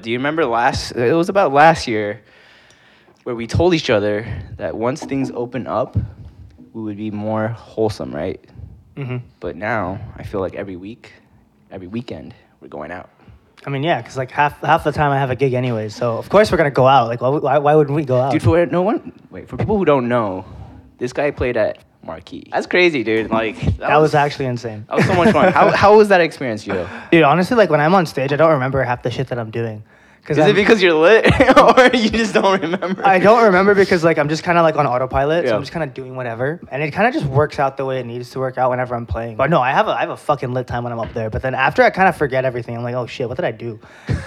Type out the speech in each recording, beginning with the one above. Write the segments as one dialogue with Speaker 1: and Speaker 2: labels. Speaker 1: do you remember last? It was about last year where we told each other that once things open up, we would be more wholesome, right?
Speaker 2: hmm
Speaker 1: But now I feel like every week, every weekend, we're going out.
Speaker 2: I mean, yeah, because like half half the time I have a gig anyway, so of course we're gonna go out. Like, why, why, why wouldn't we go out?
Speaker 1: Dude, for no one, wait, for people who don't know, this guy played at Marquee. That's crazy, dude. Like that,
Speaker 2: that was actually insane.
Speaker 1: that was so much fun. how how was that experience, yo?
Speaker 2: Dude, honestly, like when I'm on stage, I don't remember half the shit that I'm doing. Cause
Speaker 1: Is it
Speaker 2: I'm-
Speaker 1: because you're lit, or you just don't remember?
Speaker 2: I don't remember because like I'm just kind of like on autopilot, so
Speaker 1: Yeah.
Speaker 2: I'm just kind of doing whatever, and it kind of just works out the way it needs to work out whenever I'm playing. But no, I have a I have a fucking lit time when I'm up there, but then after I kind of forget everything. I'm like, oh shit, what did I do?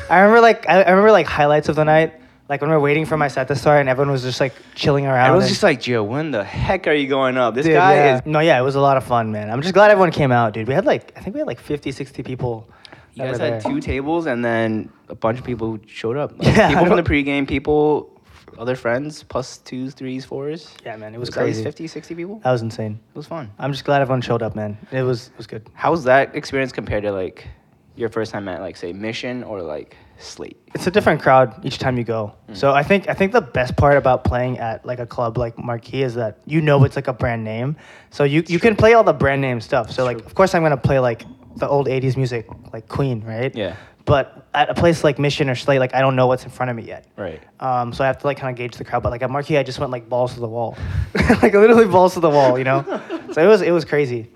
Speaker 2: I remember like I, I remember like highlights of the night, like when we we're waiting for my set to start and everyone was just like chilling around.
Speaker 1: I was
Speaker 2: and-
Speaker 1: just like, Joe, when the heck are you going up? This
Speaker 2: Dude,
Speaker 1: guy
Speaker 2: yeah.
Speaker 1: is
Speaker 2: no, yeah, it was a lot of fun, man. I'm just glad everyone came out, dude. We had like I think we had like 50, 60 people.
Speaker 1: You
Speaker 2: that
Speaker 1: guys
Speaker 2: were
Speaker 1: had
Speaker 2: there.
Speaker 1: two tables and then a bunch of people who showed up. Like,
Speaker 2: Yeah, I
Speaker 1: people from the
Speaker 2: don't-
Speaker 1: pregame, people, other friends, plus twos, threes, fours.
Speaker 2: Yeah, man, it
Speaker 1: It
Speaker 2: was
Speaker 1: was at least
Speaker 2: crazy.
Speaker 1: 50, 60 people.
Speaker 2: That was insane.
Speaker 1: It was fun.
Speaker 2: I'm just glad everyone showed up, man. It was it was good.
Speaker 1: How was that experience compared to like your first time at like say Mission or like Slate?
Speaker 2: it's a different crowd each time you go.
Speaker 1: Mm.
Speaker 2: So I think I think the best part about playing at like a club like Marquee is that you know it's like a brand name. So you, you can play all the brand name stuff. So like
Speaker 1: true.
Speaker 2: of course I'm gonna play like the old '80s music like Queen, right?
Speaker 1: Yeah.
Speaker 2: But at a place like Mission or Slate, like I don't know what's in front of me yet.
Speaker 1: Right.
Speaker 2: Um, so I have to like kind of gauge the crowd. But like at Marquee, I just went like balls to the wall, like literally balls to the wall, you know. so it was it was crazy.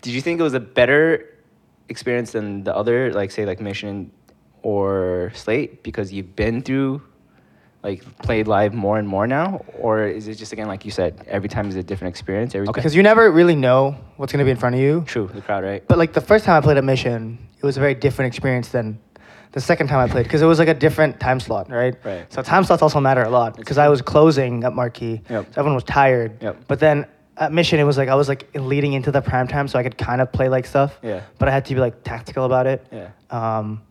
Speaker 1: Did you think it was a better experience than the other like say like Mission or Slate because you've been through like played live more and more now, or is it just again like you said every time is a different experience? Every
Speaker 2: Because you never really know what's gonna be in front of you.
Speaker 1: true the crowd right.
Speaker 2: But like the first time I played at Mission, it was a very different experience than the second time I played because it was like a different time slot, right?
Speaker 1: Right.
Speaker 2: So time slots also matter a lot because I was closing at Marquee.
Speaker 1: Yep.
Speaker 2: So everyone was tired.
Speaker 1: Yep.
Speaker 2: But then at Mission, it was like I was like leading into the prime time, so I could kind of play like stuff.
Speaker 1: Yeah.
Speaker 2: But I had to be like tactical about it.
Speaker 1: Yeah.
Speaker 2: Um,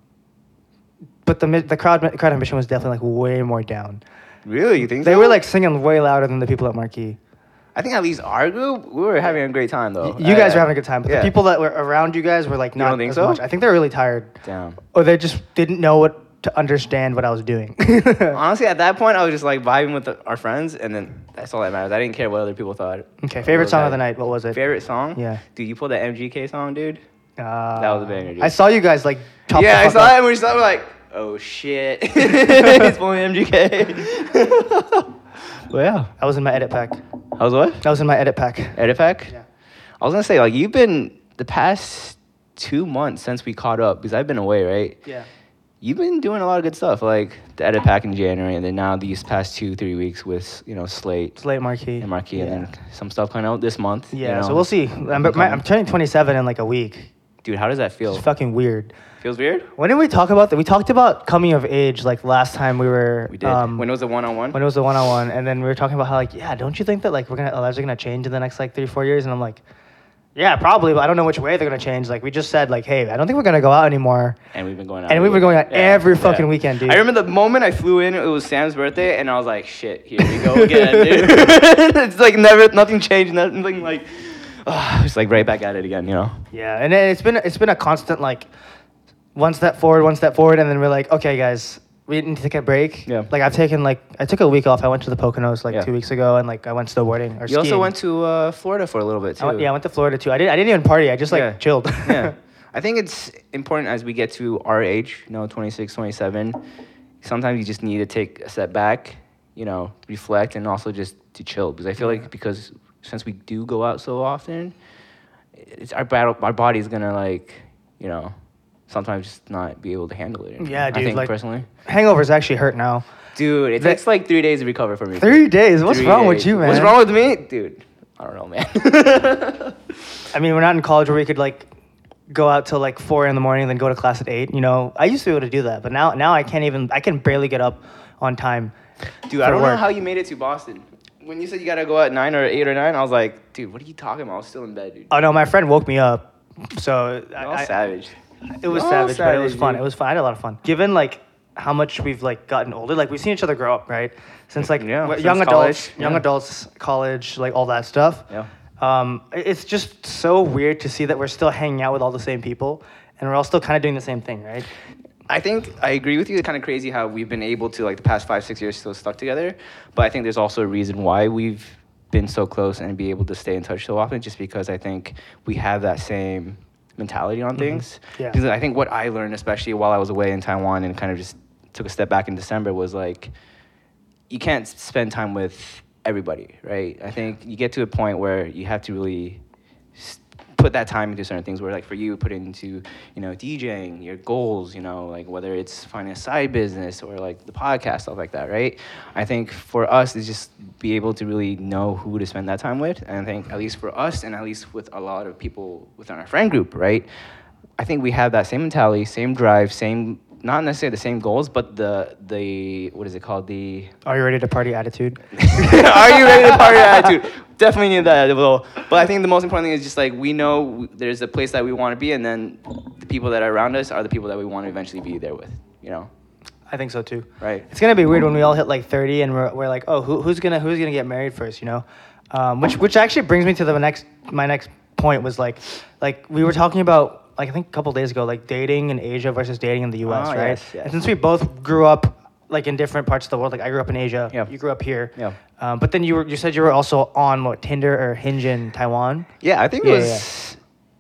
Speaker 2: but the mi- the crowd the crowd at Mission was definitely like way more down.
Speaker 1: Really? You think
Speaker 2: They
Speaker 1: so?
Speaker 2: were like singing way louder than the people at Marquee.
Speaker 1: I think at least our group, we were having a great time though.
Speaker 2: You guys
Speaker 1: Uh,
Speaker 2: were having a good time, but
Speaker 1: yeah.
Speaker 2: the people that were around you guys were like
Speaker 1: You
Speaker 2: not
Speaker 1: don't think
Speaker 2: as
Speaker 1: so?
Speaker 2: much. I think they were really tired.
Speaker 1: Damn.
Speaker 2: or they just didn't know what to understand what I was doing.
Speaker 1: Honestly, at that point, I was just like vibing with the, our friends, and then that's all that matters. I didn't care what other people thought.
Speaker 2: okay, favorite song of the
Speaker 1: Okay.
Speaker 2: night. What was it?
Speaker 1: Favorite song?
Speaker 2: Yeah.
Speaker 1: Dude, you pulled that MGK song, dude.
Speaker 2: Uh,
Speaker 1: That was a banger, dude.
Speaker 2: I saw you guys like. Chop
Speaker 1: yeah,
Speaker 2: the
Speaker 1: I
Speaker 2: fuck
Speaker 1: saw
Speaker 2: up.
Speaker 1: that, and we just we were like, oh shit, it's pulling MGK. well, yeah.
Speaker 2: That was in my edit pack.
Speaker 1: How's what?
Speaker 2: That was in my edit pack.
Speaker 1: Edifac?
Speaker 2: Yeah.
Speaker 1: I was gonna say like you've been the past two months since we caught up because I've been away, right?
Speaker 2: Yeah.
Speaker 1: you've been doing a lot of good stuff, like the edit pack in January, and then now these past two, three weeks with you know Slate
Speaker 2: It's late marquee.
Speaker 1: and Marquee,
Speaker 2: Yeah.
Speaker 1: and then some stuff coming out this month. you
Speaker 2: yeah.
Speaker 1: know.
Speaker 2: So we'll see. I'm, but my, I'm turning 27 in like a week.
Speaker 1: Dude, how does that feel?
Speaker 2: It's fucking weird.
Speaker 1: Feels weird.
Speaker 2: When did we talk about that? We talked about coming of age like last time we were.
Speaker 1: We did.
Speaker 2: um,
Speaker 1: when it was a one on one.
Speaker 2: when it was the one on one, and then we were talking about how like, yeah, don't you think that like we're gonna our lives are gonna change in the next like three four years? And I'm like, yeah, probably, but I don't know which way they're gonna change. Like we just said, like, hey, I don't think we're gonna go out anymore.
Speaker 1: And we've been going out.
Speaker 2: And
Speaker 1: every
Speaker 2: we've been going out
Speaker 1: weekend.
Speaker 2: every fucking weekend, dude.
Speaker 1: I remember the moment I flew in, it was Sam's birthday, and I was like, shit, here we go again, dude. it's like never, nothing changed, nothing like, it's like right back at it again, you know?
Speaker 2: Yeah, and then it's been it's been a constant like one step forward, one step forward, and then we're like, okay, guys, we need to take a break.
Speaker 1: Yeah.
Speaker 2: Like I've taken like I took a week off. I went to the Poconos like
Speaker 1: Yeah.
Speaker 2: two weeks ago, and like I went snowboarding or
Speaker 1: You also
Speaker 2: skiing.
Speaker 1: went to uh, Florida for a little bit too.
Speaker 2: I went- yeah, I went to Florida too. I didn't I didn't even party. I just like
Speaker 1: Yeah.
Speaker 2: chilled.
Speaker 1: yeah. I think it's important as we get to our age, you know, 26, 27, sometimes you just need to take a step back, you know, reflect and also just to chill because I feel like because since we do go out so often, it's our battle, our body's going to like, you know, sometimes just not be able to handle it.
Speaker 2: Yeah,
Speaker 1: I
Speaker 2: dude,
Speaker 1: think
Speaker 2: like-
Speaker 1: personally.
Speaker 2: Hangovers actually hurt now.
Speaker 1: Dude, it
Speaker 2: That-
Speaker 1: takes like 3 days to recover from me.
Speaker 2: Three days. What's
Speaker 1: Three
Speaker 2: wrong with
Speaker 1: days.
Speaker 2: you, man?
Speaker 1: What's wrong with me? Dude, I don't know, man.
Speaker 2: I mean, we're not in college where we could like go out till like four in the morning and then go to class at eight. You know, I used to be able to do that, but now now I can't even. I can barely get up on time.
Speaker 1: Dude, I
Speaker 2: for
Speaker 1: don't know
Speaker 2: work.
Speaker 1: how you made it to Boston. When you said you gotta go at nine or eight or nine, I was like, dude, what are you talking about? I was still in bed, dude.
Speaker 2: Oh no, my friend woke me up. So I,
Speaker 1: You're all
Speaker 2: I-
Speaker 1: savage.
Speaker 2: it
Speaker 1: You're
Speaker 2: was
Speaker 1: all
Speaker 2: savage, but it was
Speaker 1: savage,
Speaker 2: fun.
Speaker 1: dude.
Speaker 2: It was fun. I had a lot of fun. Given like how much we've like gotten older, like we've seen each other grow up, right? Since like
Speaker 1: Yeah,
Speaker 2: we're-
Speaker 1: since
Speaker 2: young adults,
Speaker 1: college,
Speaker 2: young
Speaker 1: yeah.
Speaker 2: adults, college, like all that stuff.
Speaker 1: Yeah.
Speaker 2: Um, i- it's just so weird to see that we're still hanging out with all the same people, and we're all still kind of doing the same thing, right?
Speaker 1: I think I agree with you. It's kind of crazy how we've been able to like the past five six years still stuck together, but I think there's also a reason why we've been so close and be able to stay in touch so often, just because I think we have that same mentality on things.
Speaker 2: Mm-hmm. Yeah.
Speaker 1: Because I think what I learned, especially while I was away in Taiwan and kind of just took a step back in December, was like you can't s- spend time with everybody, right? I think you get to a point where you have to really s- put that time into certain things. Where like for you, put it into you know DJing, your goals, you know, like whether it's finding a side business or like the podcast, stuff like that, right? I think for us is just be able to really know who to spend that time with, and I think at least for us, and at least with a lot of people within our friend group, right? I think we have that same mentality, same drive, same not necessarily the same goals, but the the what is it called? The
Speaker 2: Are you ready to party attitude?
Speaker 1: are you ready to party attitude? Definitely need that a little. But I think the most important thing is just like we know w- there's a place that we want to be, and then the people that are around us are the people that we want to eventually be there with. You know,
Speaker 2: I think so too.
Speaker 1: right?
Speaker 2: It's gonna be weird when we all hit like 30 and we're, we're like, oh, who, who's gonna who's gonna get married first, you know? Um, which which actually brings me to the next my next point was like like we were talking about like I think a couple days ago like dating in Asia versus dating in the U.S.
Speaker 1: Ah,
Speaker 2: right?
Speaker 1: yes, yes.
Speaker 2: And since we both grew up like in different parts of the world, like I grew up in Asia,
Speaker 1: Yeah.
Speaker 2: you grew up here,
Speaker 1: Yeah.
Speaker 2: Um, but then you were you said you were also on what Tinder or Hinge in Taiwan.
Speaker 1: Yeah, I think it
Speaker 2: Yeah,
Speaker 1: was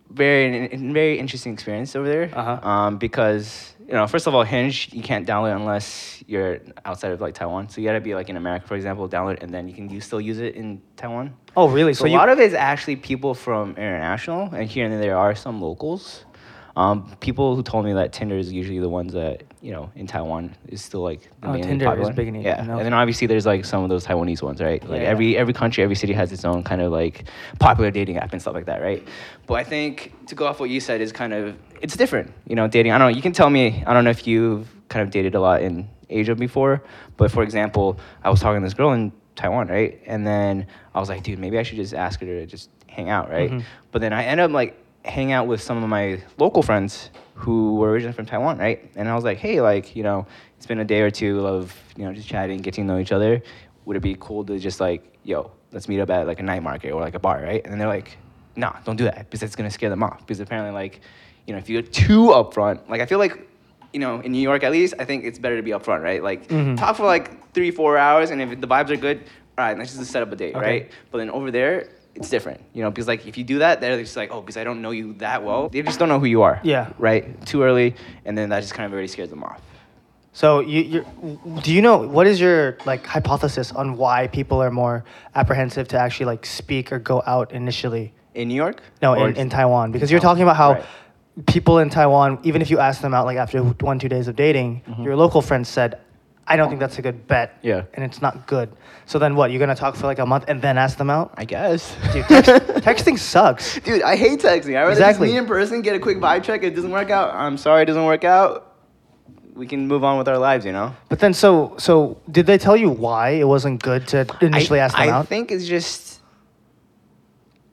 Speaker 1: very an- very interesting experience over there.
Speaker 2: Uh-huh.
Speaker 1: Um, because you know, first of all, Hinge you can't download unless you're outside of like Taiwan. So you gotta be like in America, for example, download and then you can you still use it in Taiwan.
Speaker 2: Oh, really?
Speaker 1: So a lot of it is actually people from international, and here and there are some locals. Um, people who told me that Tinder is usually the ones that you know in Taiwan is still like the
Speaker 2: Oh,
Speaker 1: mainly
Speaker 2: Tinder is
Speaker 1: popular.
Speaker 2: big in Asia,
Speaker 1: yeah,
Speaker 2: no.
Speaker 1: and then obviously there's like some of those Taiwanese ones, right? Like
Speaker 2: Yeah.
Speaker 1: every every country, every city has its own kind of like popular dating app and stuff like that, right? But I think to go off what you said is kind of it's different, you know, dating. I don't know. You can tell me. I don't know if you've kind of dated a lot in Asia before, but for example, I was talking to this girl in Taiwan, right? And then I was like, dude, maybe I should just ask her to just hang out, right?
Speaker 2: Mhm.
Speaker 1: But then I end up like hanging out with some of my local friends who were originally from Taiwan, right? And I was like, hey, like, you know, it's been a day or two of, you know, just chatting, getting to know each other. Would it be cool to just like, yo, let's meet up at like a night market or like a bar, right? And they're like, nah, don't do that because that's gonna scare them off. Because apparently, like, you know, if you're too upfront, like I feel like, you know, in New York at least, I think it's better to be upfront, right? Like
Speaker 2: Mhm.
Speaker 1: talk for like three, four hours, and if the vibes are good, all right, let's just set up a date,
Speaker 2: Okay.
Speaker 1: right? But then over there, it's different, you know, because like if you do that, they're just like, oh, because I don't know you that well. They just don't know who you are.
Speaker 2: Yeah.
Speaker 1: Right. Too early, and then that just kind of already scares them off.
Speaker 2: So you you do you know what is your like hypothesis on why people are more apprehensive to actually like speak or go out initially?
Speaker 1: In New York?
Speaker 2: No,
Speaker 1: Or
Speaker 2: in,
Speaker 1: just-
Speaker 2: in Taiwan because you're talking about how
Speaker 1: Right.
Speaker 2: people in Taiwan, even if you ask them out like after one two days of dating, your local friends said, "I don't think that's a good bet."
Speaker 1: Mm-hmm. Yeah.
Speaker 2: and it's not good. So then what? You're gonna talk for like a month and then ask them out?
Speaker 1: I guess.
Speaker 2: Dude, text, texting sucks.
Speaker 1: Dude, I hate texting. I rather
Speaker 2: Exactly.
Speaker 1: just meet in person, get a quick vibe check. If it doesn't work out, I'm sorry, it doesn't work out. We can move on with our lives, you know.
Speaker 2: But then so so did they tell you why it wasn't good to initially
Speaker 1: I,
Speaker 2: ask them
Speaker 1: I
Speaker 2: out?
Speaker 1: think it's just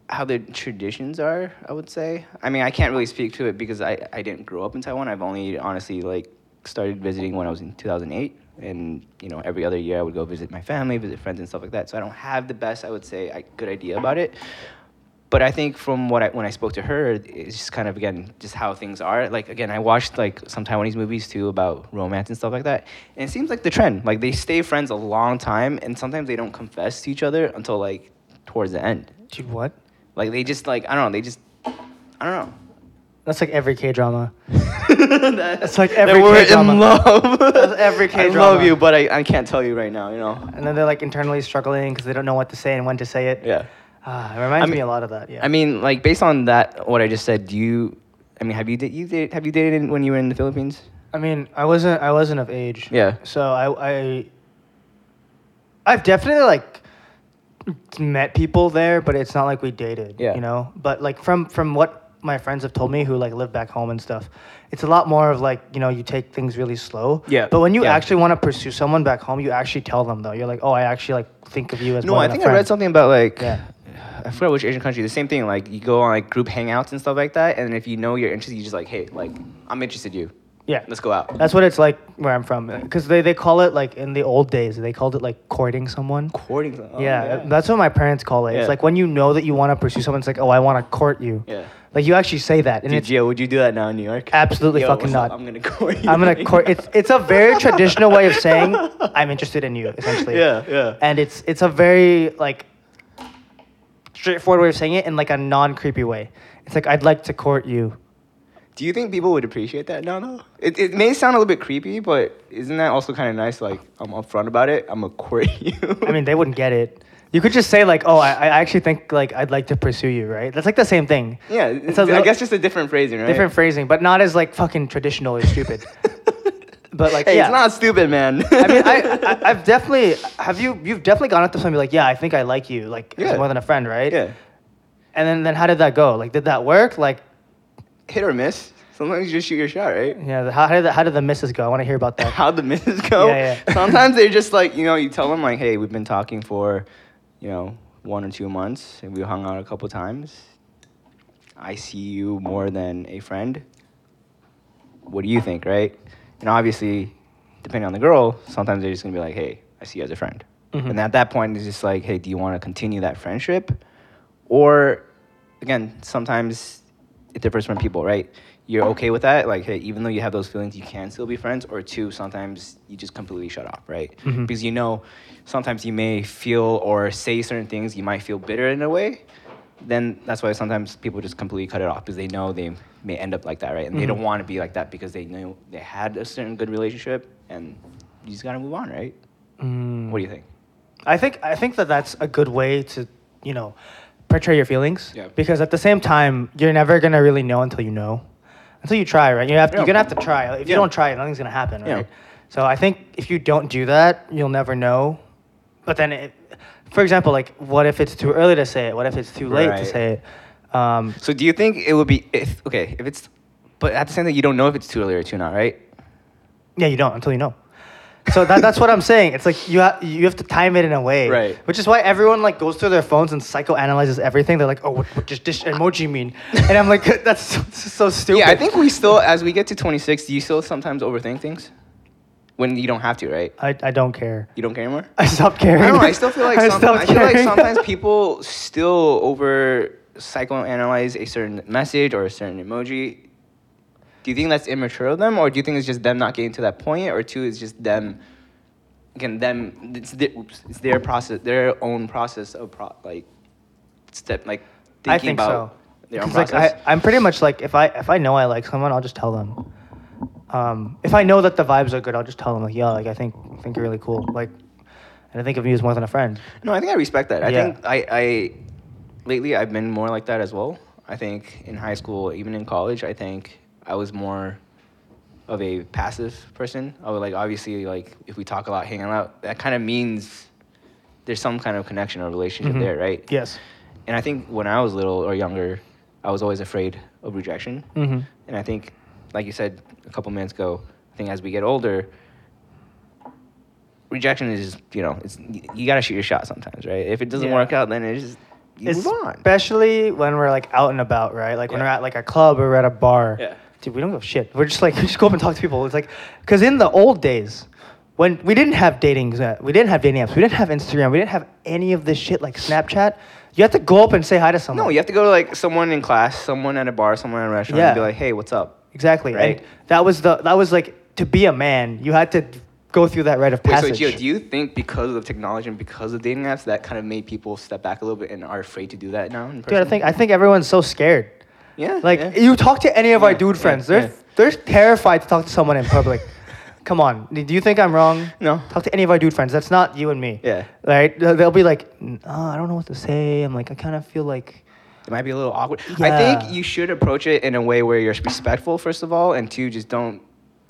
Speaker 1: how the traditions are. I would say. I mean, I can't really speak to it because I I didn't grow up in Taiwan. I've only honestly like started visiting when I was in 2008, and you know every other year I would go visit my family, visit friends, and stuff like that. So I don't have the best, I would say, I, good idea about it. But I think from what I, when I spoke to her, it's just kind of again just how things are. Like again, I watched like some Taiwanese movies too about romance and stuff like that, and it seems like the trend. Like they stay friends a long time, and sometimes they don't confess to each other until like towards the end.
Speaker 2: Dude, what?
Speaker 1: Like they just like I don't know. They just I don't know.
Speaker 2: That's like every K drama.
Speaker 1: That's
Speaker 2: It's like every
Speaker 1: we're
Speaker 2: K-drama.
Speaker 1: in love.
Speaker 2: That's every
Speaker 1: I love
Speaker 2: K-drama.
Speaker 1: you, but I, I can't tell you right now. You know.
Speaker 2: And then they're like internally struggling because they don't know what to say and when to say it.
Speaker 1: Yeah.
Speaker 2: Ah, it reminds
Speaker 1: I mean-
Speaker 2: me a lot of that. Yeah.
Speaker 1: I mean, like based on that, what I just said, do you? I mean, have you did you did, have you dated in, when you were in the Philippines?
Speaker 2: I mean, I wasn't, I wasn't of age.
Speaker 1: Yeah.
Speaker 2: So I, I, I've definitely like met people there, but it's not like we dated.
Speaker 1: Yeah.
Speaker 2: You know, but like from from what my friends have told me who like live back home and stuff, it's a lot more of like you know you take things really slow.
Speaker 1: Yeah.
Speaker 2: But when you
Speaker 1: Yeah.
Speaker 2: actually want to pursue someone back home, you actually tell them though. You're like, oh, I actually like think of you as
Speaker 1: No,
Speaker 2: more
Speaker 1: I
Speaker 2: than a
Speaker 1: think I read
Speaker 2: friend."
Speaker 1: something about like
Speaker 2: Yeah.
Speaker 1: I forgot which Asian country. The same thing, like you go on like group hangouts and stuff like that, and if you know you're interested, you just like, hey, like I'm interested in you.
Speaker 2: Yeah.
Speaker 1: Let's go out.
Speaker 2: That's what it's like where I'm from. Because they, they call it, like, in the old days, they called it, like, courting someone.
Speaker 1: Courting. them. Oh,
Speaker 2: yeah, that's what my parents call it.
Speaker 1: Yeah.
Speaker 2: It's like when you know that you want to pursue someone, it's like, oh, I want to court you.
Speaker 1: yeah.
Speaker 2: Like you actually say that, and
Speaker 1: Dude,
Speaker 2: it's
Speaker 1: Gio, would you do that now in New York?
Speaker 2: absolutely
Speaker 1: Yo,
Speaker 2: fucking
Speaker 1: what's
Speaker 2: not.
Speaker 1: up? I'm gonna court you.
Speaker 2: I'm gonna
Speaker 1: right
Speaker 2: court.
Speaker 1: now.
Speaker 2: It's it's a very traditional way of saying I'm interested in you, essentially.
Speaker 1: Yeah, yeah.
Speaker 2: And it's it's a very like straightforward way of saying it in like a non creepy way. It's like I'd like to court you.
Speaker 1: Do you think people would appreciate that? No, no. It, it may sound a little bit creepy, but isn't that also kind of nice? Like I'm upfront about it. I'm gonna court you.
Speaker 2: I mean, they wouldn't get it. You could just say like, oh, I, I actually think like I'd like to pursue you, right? That's like the same thing.
Speaker 1: yeah.
Speaker 2: It's a
Speaker 1: I
Speaker 2: little-
Speaker 1: guess just a different phrasing, right?
Speaker 2: different phrasing, but not as like fucking traditional or stupid. but like,
Speaker 1: Hey,
Speaker 2: yeah.
Speaker 1: it's not stupid, man.
Speaker 2: I mean, I, I, I've definitely have you. You've definitely gone up to somebody like, yeah, I think I like you, like as
Speaker 1: Yeah.
Speaker 2: more than a friend, right?
Speaker 1: yeah.
Speaker 2: And then, then how did that go? Like, did that work? Like,
Speaker 1: Hit or miss. Sometimes you just shoot your shot, right?
Speaker 2: yeah, the, how did the, how did the misses go? I want to hear about that.
Speaker 1: How the misses go.
Speaker 2: Yeah, yeah.
Speaker 1: Sometimes they're just like, you know, you tell them like, hey, we've been talking for, you know, one or two months, and we hung out a couple times. I see you more than a friend. What do you think, right? And obviously, depending on the girl, sometimes they're just gonna be like, hey, I see you as a friend.
Speaker 2: Mhm.
Speaker 1: And at that point, it's just like, hey, do you want to continue that friendship? Or again, sometimes it differs from people, right? You're okay with that, like hey, even though you have those feelings, you can still be friends. Or two, sometimes you just completely shut off, right?
Speaker 2: Mhm.
Speaker 1: Because you know, sometimes you may feel or say certain things, you might feel bitter in a way. Then that's why sometimes people just completely cut it off because they know they may end up like that, right? And they don't
Speaker 2: Mhm.
Speaker 1: want to be like that because they know they had a certain good relationship, and you just gotta move on, right?
Speaker 2: Mm.
Speaker 1: What do you think?
Speaker 2: I think I think that that's a good way to you know portray your feelings.
Speaker 1: Yeah.
Speaker 2: Because at the same time, you're never gonna really know until you know, until you try, right? You have
Speaker 1: Yeah.
Speaker 2: you're gonna have to try. If
Speaker 1: Yeah.
Speaker 2: you don't try, nothing's gonna happen,
Speaker 1: Yeah.
Speaker 2: right? So I think if you don't do that, you'll never know. But then, it, for example, like what if it's too early to say it? What if it's too late
Speaker 1: Right.
Speaker 2: to say it? Um,
Speaker 1: So do you think it would be if okay if it's, but at the same time you don't know if it's too early or too not, right?
Speaker 2: Yeah, you don't until you know. So that, that's what I'm saying. It's like you ha- you have to time it in a way,
Speaker 1: Right.
Speaker 2: Which is why everyone like goes through their phones and psychoanalyzes everything. They're like, oh, what, what does this emoji mean? And I'm like, that's so, this is so stupid.
Speaker 1: Yeah, I think we still as we get to 26, do you still sometimes overthink things when you don't have to, right?
Speaker 2: I, I don't care.
Speaker 1: You don't care anymore.
Speaker 2: I stopped caring.
Speaker 1: I don't know. I still feel like some, I
Speaker 2: stopped
Speaker 1: feel like
Speaker 2: caring.
Speaker 1: sometimes people still over psychoanalyze a certain message or a certain emoji. Do you think that's immature of them, or do you think it's just them not getting to that point, or two, it's just them, again, them, it's their, oops, it's their process, their own process of pro, like step, like thinking
Speaker 2: I think
Speaker 1: about
Speaker 2: so.
Speaker 1: their own
Speaker 2: 'Cause, like,
Speaker 1: process.
Speaker 2: I, I'm pretty much like if I if I know I like someone, I'll just tell them. Um, if I know that the vibes are good, I'll just tell them like, yeah, like I think I think you're really cool. Like, and I think of you as more than a friend.
Speaker 1: No, I think I respect that. I
Speaker 2: Yeah.
Speaker 1: think I, I lately I've been more like that as well. I think in high school, even in college, I think I was more of a passive person. I would like obviously like if we talk a lot, hanging out, that kind of means there's some kind of connection or relationship
Speaker 2: Mhm.
Speaker 1: there, right?
Speaker 2: Yes.
Speaker 1: And I think when I was little or younger, I was always afraid of rejection.
Speaker 2: Mm-hmm.
Speaker 1: And I think, like you said a couple minutes ago, I think as we get older, rejection is just, you know, it's you, gotta shoot your shot sometimes, right? If it doesn't
Speaker 2: Yeah.
Speaker 1: work out, then it's just you move on.
Speaker 2: Especially when we're like out and about, right? Like when
Speaker 1: Yeah.
Speaker 2: we're at like a club or we're at a bar.
Speaker 1: Yeah.
Speaker 2: Dude, we don't give a shit. We're just like, we just go up and talk to people. It's like, because in the old days, when we didn't have dating, apps- we didn't have dating apps, we didn't have Instagram, we didn't have any of this shit like Snapchat. You have to go up and say hi to someone.
Speaker 1: No, you have to go to like someone in class, someone at a bar, someone at a restaurant, and be
Speaker 2: Yeah.
Speaker 1: like, hey, what's up?
Speaker 2: exactly.
Speaker 1: Right.
Speaker 2: And that was the that was like to be a man, you had to go through that rite of
Speaker 1: Wait, so
Speaker 2: passage.
Speaker 1: Gio, do you think because of technology and because of dating apps, that kind of made people step back a little bit and are afraid to do that now? In person?
Speaker 2: Dude, I think I think everyone's so scared.
Speaker 1: yeah,
Speaker 2: Like
Speaker 1: yeah.
Speaker 2: you talk to any of our
Speaker 1: Yeah,
Speaker 2: dude
Speaker 1: yeah,
Speaker 2: friends,
Speaker 1: yeah.
Speaker 2: they're they're terrified to talk to someone in public. Come on, do you think I'm wrong?
Speaker 1: No.
Speaker 2: Talk to any of our dude friends. That's not you and me.
Speaker 1: Yeah.
Speaker 2: Right? They'll they'll be like, "Mm, oh, I don't know what to say. I'm like, I kind of feel like.
Speaker 1: It might be a little awkward. I
Speaker 2: Yeah.
Speaker 1: think you should approach it in a way where you're respectful, first of all, and two, just don't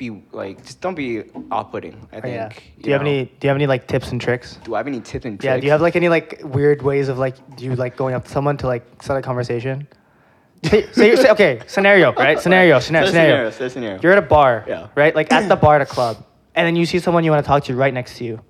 Speaker 1: be like, just don't be off-putting. I
Speaker 2: Oh,
Speaker 1: think.
Speaker 2: yeah. Do you, have
Speaker 1: know.
Speaker 2: any? Do you have any like tips and tricks?
Speaker 1: Do I have any tips and tricks?
Speaker 2: Yeah. Do you have like any like weird ways of like you like going up to someone to like start a conversation? say, say, say, okay. Scenario. Right. Scenario. Scenario.
Speaker 1: Say
Speaker 2: Scenario.
Speaker 1: scenario, say scenario.
Speaker 2: You're at a bar.
Speaker 1: Yeah.
Speaker 2: Right. Like at the bar, at a club, and then you see someone you want to talk to right next to you.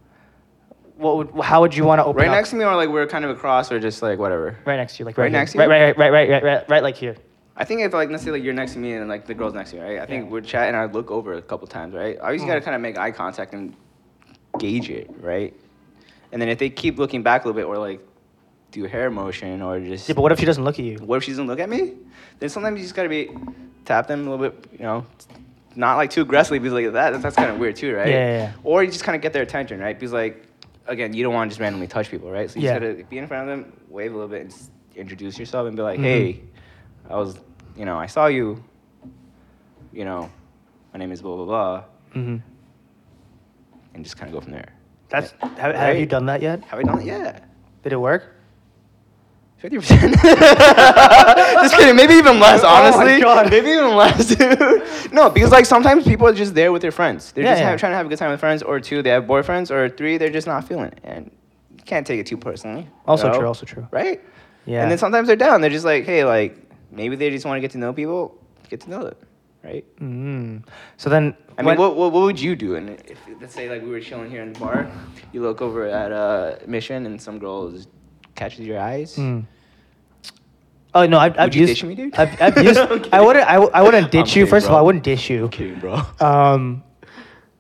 Speaker 2: What would? How would you want to open?
Speaker 1: right
Speaker 2: up?
Speaker 1: next to me, or like we're kind of across, or just like whatever?
Speaker 2: Right next to you, like
Speaker 1: Right
Speaker 2: right,
Speaker 1: next
Speaker 2: next
Speaker 1: to
Speaker 2: right,
Speaker 1: you?
Speaker 2: right, right, right, right, right, right, like here.
Speaker 1: I think if like let's say like you're next to me and like the girl's next to me, right? I think
Speaker 2: Yeah. Mm-hmm.
Speaker 1: we're chatting. I look over a couple times, right? I always gotta kind of make eye contact and gauge it, right? And then if they keep looking back a little bit or like do hair motion or just.
Speaker 2: Yeah, but what if she doesn't look at you?
Speaker 1: what if she doesn't look at me? Then sometimes you just gotta be tap them a little bit, you know, not like too aggressively because like that that's, kind of weird too, right?
Speaker 2: Yeah, yeah, yeah.
Speaker 1: Or you just kind of get their attention, right? Because like again, you don't want to just randomly touch people, right? So you
Speaker 2: Yeah.
Speaker 1: just gotta be in front of them, wave a little bit, and s- introduce yourself, and be like,
Speaker 2: Mhm.
Speaker 1: hey, I was, you know, I saw you, you know, my name is blah blah blah,
Speaker 2: hmm
Speaker 1: and just kind of go from there.
Speaker 2: That's
Speaker 1: Yeah.
Speaker 2: have, have
Speaker 1: Right?
Speaker 2: you done that yet?
Speaker 1: Have I done it? Yeah.
Speaker 2: Did it work?
Speaker 1: Fifty percent. just kidding. Maybe even less.
Speaker 2: Oh my
Speaker 1: Honestly,
Speaker 2: God.
Speaker 1: maybe even less, dude. No, because like sometimes people are just there with their friends. They're
Speaker 2: Yeah,
Speaker 1: just
Speaker 2: yeah.
Speaker 1: ha- trying to have a good time with friends, or two, they have boyfriends, or three, they're just not feeling it, and you can't take it too personally.
Speaker 2: Also
Speaker 1: you know?
Speaker 2: true. Also true.
Speaker 1: Right.
Speaker 2: Yeah.
Speaker 1: And then sometimes they're down. They're just like, hey, like maybe they just want to get to know people, get to know them, right?
Speaker 2: Mm. So then,
Speaker 1: I mean, what, what, what would you do? And if, let's say like we were chilling here in the bar, you look over at uh, Mission, and some girl just catches your eyes.
Speaker 2: Mm. Oh no, I've, I've
Speaker 1: you
Speaker 2: used.
Speaker 1: ditch me, dude?
Speaker 2: I've, I've used.
Speaker 1: I'm
Speaker 2: I
Speaker 1: kidding.
Speaker 2: wouldn't. I, w- I wouldn't
Speaker 1: I'm
Speaker 2: ditch you.
Speaker 1: kidding,
Speaker 2: First of
Speaker 1: bro.
Speaker 2: all, I wouldn't ditch you.
Speaker 1: kidding, bro.
Speaker 2: Um,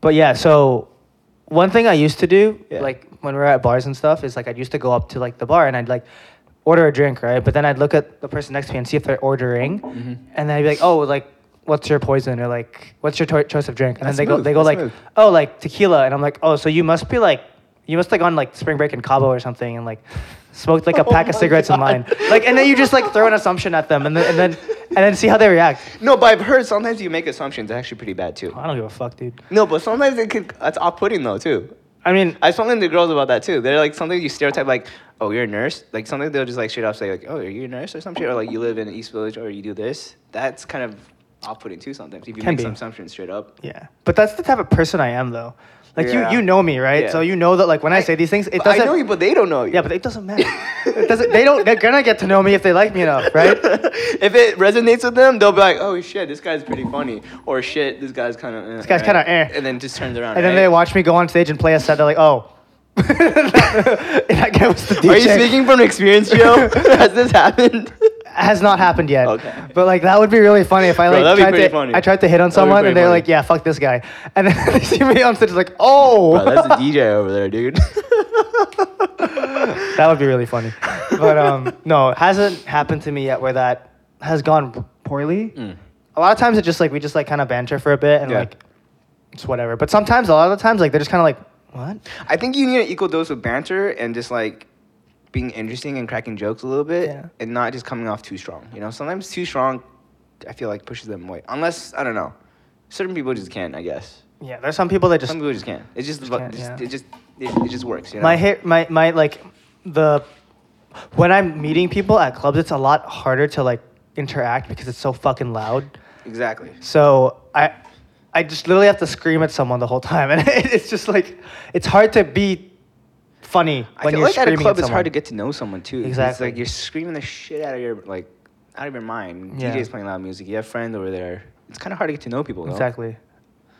Speaker 2: but yeah, so one thing I used to do,
Speaker 1: Yeah.
Speaker 2: like when we were at bars and stuff, is like I'd used to go up to like the bar and I'd like order a drink, right? But then I'd look at the person next to me and see if they're ordering,
Speaker 1: Mm-hmm.
Speaker 2: and then I'd be like, oh, like. What's your poison or like? What's your to- choice of drink? And
Speaker 1: That's
Speaker 2: then they go,
Speaker 1: smooth,
Speaker 2: they go
Speaker 1: that's
Speaker 2: like,
Speaker 1: smooth.
Speaker 2: oh, like tequila, and I'm like, oh, so you must be like, you must like on like spring break in Cabo or something, and like smoked like a
Speaker 1: Oh
Speaker 2: pack of
Speaker 1: my
Speaker 2: cigarettes
Speaker 1: God.
Speaker 2: in line, like, and then you just like throw an assumption at them, and then and then and then see how they react.
Speaker 1: No, but I've heard sometimes you make assumptions. They're actually pretty bad too.
Speaker 2: I don't give a fuck, dude.
Speaker 1: No, but sometimes it could. That's off-putting though too.
Speaker 2: I mean,
Speaker 1: I've spoken to girls about that too. They're like something you stereotype like, oh, you're a nurse. Like something they'll just like straight up say like, oh, are you a nurse or some shit, or like you live in East Village or you do this. That's kind of off-putting too sometimes if you
Speaker 2: Can
Speaker 1: make
Speaker 2: be.
Speaker 1: some assumptions straight up.
Speaker 2: Yeah, but that's the type of person I am, though. Like
Speaker 1: Yeah.
Speaker 2: you, you know me, right?
Speaker 1: Yeah.
Speaker 2: So you know that, like when I, say these things, it
Speaker 1: But I
Speaker 2: doesn't.
Speaker 1: know you, but they don't know you.
Speaker 2: yeah, but it doesn't matter. it doesn't. They don't. They're gonna get to know me if they like me enough, right?
Speaker 1: if it resonates with them, they'll be like, "Oh shit, this guy's pretty funny," or "Shit, this guy's kind of." Eh, this
Speaker 2: guy's kinda eh.
Speaker 1: And then just turns around.
Speaker 2: And then
Speaker 1: right?
Speaker 2: they watch me go on stage and play a set. They're like, oh. that guy was the DJ.
Speaker 1: Are you speaking from experience, Joe? Has this happened?
Speaker 2: Has not happened yet.
Speaker 1: Okay.
Speaker 2: But like that would be really funny if I
Speaker 1: Bro,
Speaker 2: like
Speaker 1: that'd be
Speaker 2: tried
Speaker 1: pretty
Speaker 2: to
Speaker 1: funny.
Speaker 2: I tried to hit on
Speaker 1: That'd be
Speaker 2: someone
Speaker 1: pretty
Speaker 2: and they're
Speaker 1: funny.
Speaker 2: like, yeah, fuck this guy. And then they see me on stage like, oh.
Speaker 1: Bro, that's a DJ over there, dude.
Speaker 2: that would be really funny. But um, no, it hasn't happened to me yet where that has gone poorly. A lot of times it just like we just like kind of banter for a bit and
Speaker 1: Mm. Yeah.
Speaker 2: like it's whatever. But sometimes a lot of the times like they're just kind of like what?
Speaker 1: I think you need an equal dose of banter and just like being interesting and cracking jokes a little bit,
Speaker 2: Yeah.
Speaker 1: and not just coming off too strong. You know, sometimes too strong, I feel like pushes them away. Unless I don't know, certain people just can't. I guess
Speaker 2: Yeah, there's some people that just
Speaker 1: some people just can't. It's just,
Speaker 2: Just
Speaker 1: about-
Speaker 2: can't,
Speaker 1: just-
Speaker 2: yeah.
Speaker 1: it just it, it just works. You know?
Speaker 2: my hit my my like the when I'm meeting people at clubs, it's a lot harder to like interact because it's so fucking loud.
Speaker 1: exactly.
Speaker 2: So I, I just literally have to scream at someone the whole time, and it's just like it's hard to be funny when
Speaker 1: I feel
Speaker 2: you're
Speaker 1: like at
Speaker 2: screaming
Speaker 1: a club, it's
Speaker 2: someone.
Speaker 1: hard to get to know someone too. 'cause It's
Speaker 2: Exactly.
Speaker 1: like you're screaming the shit out of your like out of your mind.
Speaker 2: Yeah.
Speaker 1: DJ's playing loud music. You have friends over there. It's kind of hard to get to know people. Though.
Speaker 2: exactly.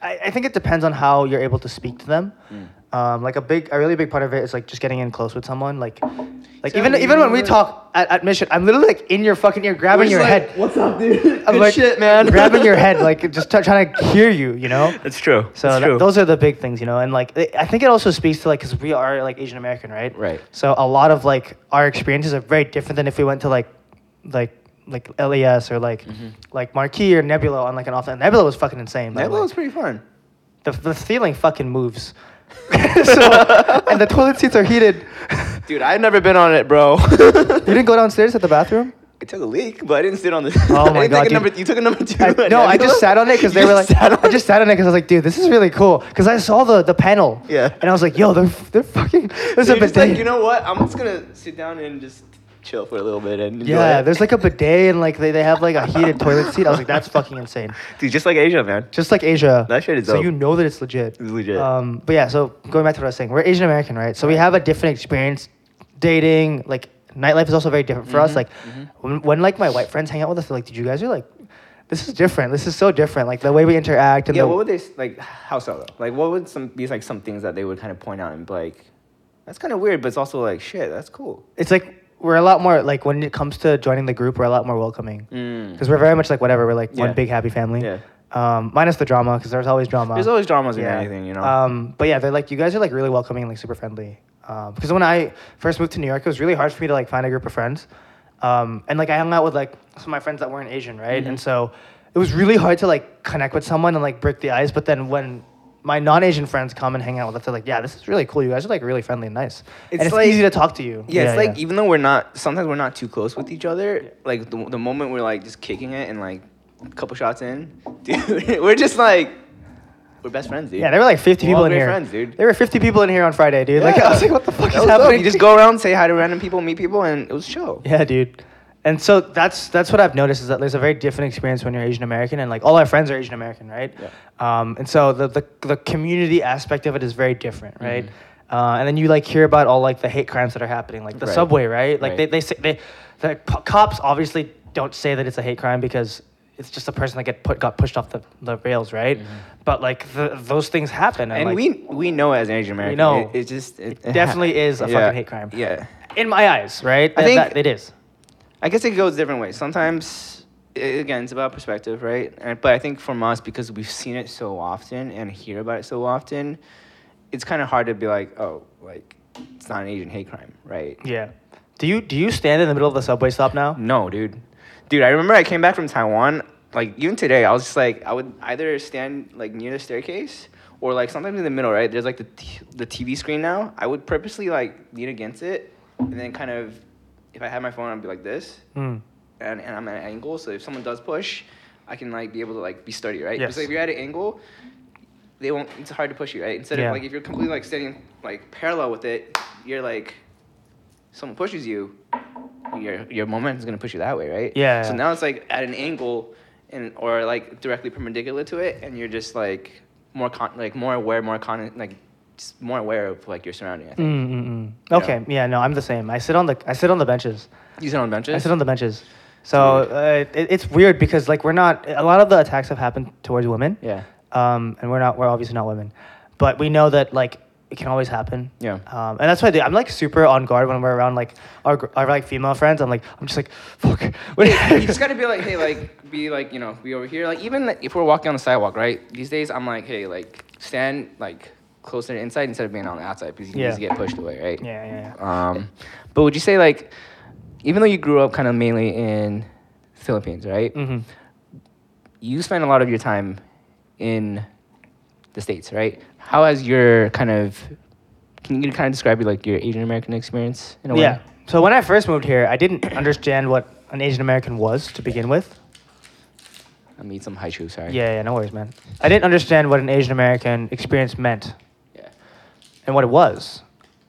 Speaker 2: I, I think it depends on how you're able to speak to them.
Speaker 1: Mm.
Speaker 2: Um, like a big, a really big part of it is like just getting in close with someone. Like, like
Speaker 1: So
Speaker 2: even even when we
Speaker 1: you-
Speaker 2: talk at, at mission, I'm literally like in your fucking ear, grabbing your head.
Speaker 1: What's up, dude?
Speaker 2: I'm like grabbing your head, like just t- trying to hear you. You know.
Speaker 1: That's true.
Speaker 2: So
Speaker 1: That's
Speaker 2: that-
Speaker 1: true.
Speaker 2: those are the big things, you know, and like it, I think it also speaks to like because we are like Asian American, right?
Speaker 1: Right.
Speaker 2: So a lot of like our experiences are very different than if we went to like, like like LAS or like
Speaker 1: Mm-hmm.
Speaker 2: like Marquee or Nebula on like an off. Nebula was fucking insane. by the
Speaker 1: that
Speaker 2: way.
Speaker 1: was pretty fun.
Speaker 2: the the ceiling fucking moves. so, and the toilet seats are heated.
Speaker 1: Dude, I've never been on it, bro.
Speaker 2: You didn't go downstairs at the bathroom?
Speaker 1: I took a leak, but I didn't sit on the.
Speaker 2: Oh
Speaker 1: I
Speaker 2: my
Speaker 1: didn't
Speaker 2: God,
Speaker 1: Take a
Speaker 2: dude.
Speaker 1: number, you took a number two.
Speaker 2: I,
Speaker 1: at
Speaker 2: no, I
Speaker 1: Nebula?
Speaker 2: just sat on it because they
Speaker 1: You
Speaker 2: were like,
Speaker 1: sat on
Speaker 2: I just sat on it because I was like, dude, this is really cool. Because I saw the, the panel.
Speaker 1: Yeah.
Speaker 2: And I was like, yo, they're, they're fucking. There's
Speaker 1: So you're
Speaker 2: a
Speaker 1: just
Speaker 2: bidet.
Speaker 1: like, you know what? I'm just gonna sit down and just chill for a little bit and enjoy
Speaker 2: yeah,
Speaker 1: it."
Speaker 2: there's like a bidet and like they, they have like a heated toilet seat. I was like, that's fucking insane.
Speaker 1: dude, just like Asia, man.
Speaker 2: Just like Asia.
Speaker 1: That shit is
Speaker 2: So
Speaker 1: dope.
Speaker 2: you know that it's legit.
Speaker 1: It's legit.
Speaker 2: Um, but yeah, so going back to what I was saying, we're Asian American, right? So we have a different experience dating. Like nightlife is also very different for us.
Speaker 1: Mhm,
Speaker 2: Like
Speaker 1: mhm.
Speaker 2: when, when like my white friends hang out with us, they're like, dude, you guys are like, this is different. This is so different. Like the way we interact and
Speaker 1: Yeah,
Speaker 2: the,
Speaker 1: what would they s- like? How so? Though? Like, what would some be like some things that they would kind of point out and be like, "That's kind of weird," but it's also like, "Shit, that's cool."
Speaker 2: it's like we're a lot more like when it comes to joining the group, we're a lot more welcoming
Speaker 1: Mm.
Speaker 2: because we're very much like whatever. We're like
Speaker 1: Yeah.
Speaker 2: one big happy family.
Speaker 1: Yeah.
Speaker 2: Um, minus the drama because there's always drama.
Speaker 1: There's always dramas in
Speaker 2: Yeah.
Speaker 1: anything, you know.
Speaker 2: Um, but yeah, they're like you guys are like really welcoming, and, like super friendly. Um, because when I first moved to New York, it was really hard for me to like find a group of friends. Um, and like I hung out with like some of my friends that weren't Asian, right?
Speaker 1: Mm-hmm.
Speaker 2: And so it was really hard to like connect with someone and like break the ice. But then when my non-Asian friends come and hang out with us, they're like, "Yeah, this is really cool. You guys are like really friendly and nice. and
Speaker 1: It's
Speaker 2: it's
Speaker 1: like-
Speaker 2: easy to talk to you."
Speaker 1: Yeah, it's like even though we're not, sometimes we're not too close with each other. Like the, the moment we're like just kicking it and like a couple shots in, dude, we're just like we're best friends, dude.
Speaker 2: Yeah, there were like 50
Speaker 1: We're all
Speaker 2: people in
Speaker 1: great
Speaker 2: here.
Speaker 1: friends, dude.
Speaker 2: There were 50 people in here on Friday, dude. Like, I was like, what the fuck
Speaker 1: That
Speaker 2: is
Speaker 1: was dope.
Speaker 2: happening?
Speaker 1: You just go around, say hi to random people, meet people, and it was chill.
Speaker 2: Yeah, dude. And so that's that's what I've noticed is that there's a very different experience when you're Asian American, and like all our friends are Asian American, right? Yeah. Um, and so the, the the community aspect of it is very
Speaker 1: Mm-hmm.
Speaker 2: different, right? Uh, and then you like hear about all like the hate crimes that are happening, like the
Speaker 1: Right.
Speaker 2: subway, right? Like they
Speaker 1: Right.
Speaker 2: they say they the po- cops obviously don't say that it's a hate crime because it's just a person that get put got pushed off the, the rails, right? But like the, those things happen,
Speaker 1: Mm-hmm. And
Speaker 2: like,
Speaker 1: we we know as an Asian American,
Speaker 2: know.
Speaker 1: it, it just it, it
Speaker 2: definitely
Speaker 1: hap-
Speaker 2: is a fucking hate crime.
Speaker 1: Yeah,
Speaker 2: in my eyes, right?
Speaker 1: I
Speaker 2: That-
Speaker 1: think-
Speaker 2: that- it is.
Speaker 1: I guess it goes different ways. Sometimes, i again, it's about perspective, right? And, but I think from us, because we've seen it so often and hear about it so often, it's kind of hard to be like, oh, like it's not an Asian hate crime, right?
Speaker 2: Yeah. Do you do you stand in the middle of the subway stop now?
Speaker 1: No, dude. Dude, I remember I came back from Taiwan, like even today, I was just like I would either stand like near the staircase or like sometimes in the middle, right? There's like the t- the TV screen now. I would purposely like lean against it and then kind of if I had my phone, I'd be like this
Speaker 2: Hmm.
Speaker 1: and, and I'm at an angle, so if someone does push, I can like be able to like be sturdy, right?
Speaker 2: Yes.
Speaker 1: Because if you're at an angle, they won't. It's hard to push you, right? Instead
Speaker 2: Yeah.
Speaker 1: of like if you're completely like standing like parallel with it, you're like, someone pushes you, your your momentum's gonna push you that way, right?
Speaker 2: Yeah.
Speaker 1: So now it's like at an angle, and or like directly perpendicular to it, and you're just like more con like more aware, more con like just more aware of like your surrounding. I think.
Speaker 2: Mm, mm, mm.
Speaker 1: Yeah.
Speaker 2: Okay. Yeah. No, I'm the same. I sit on the I sit on the benches.
Speaker 1: You sit on benches.
Speaker 2: Mm. I sit on the benches. So
Speaker 1: It's
Speaker 2: uh, it, it's weird because like we're not a lot of the attacks have happened towards women.
Speaker 1: yeah.
Speaker 2: Um, and we're not we're obviously not women, but we know that like it can always happen.
Speaker 1: Yeah.
Speaker 2: Um, and that's what I do. I'm like super on guard when we're around like our, gr- our like female friends. I'm like I'm just like fuck.
Speaker 1: you just gotta be like, hey, like, be like, you know, be over here. Like, even if we're walking on the sidewalk, right? These days, I'm like, hey, like, stand like closer to inside instead of being on the outside because you
Speaker 2: Yeah.
Speaker 1: just get pushed away, right?
Speaker 2: yeah, yeah, yeah.
Speaker 1: Um, but would you say like, even though you grew up kind of mainly in Philippines, right?
Speaker 2: Mm-hmm.
Speaker 1: You spent a lot of your time in the states, right? How has your kind of can you kind of describe like your Asian American experience in a way?
Speaker 2: Yeah. So when I first moved here, I didn't understand what an Asian American was to begin with.
Speaker 1: I mean, some high shoes, sorry.
Speaker 2: Yeah, yeah, no worries, man. I didn't understand what an Asian American experience meant
Speaker 1: Yeah.
Speaker 2: and what it was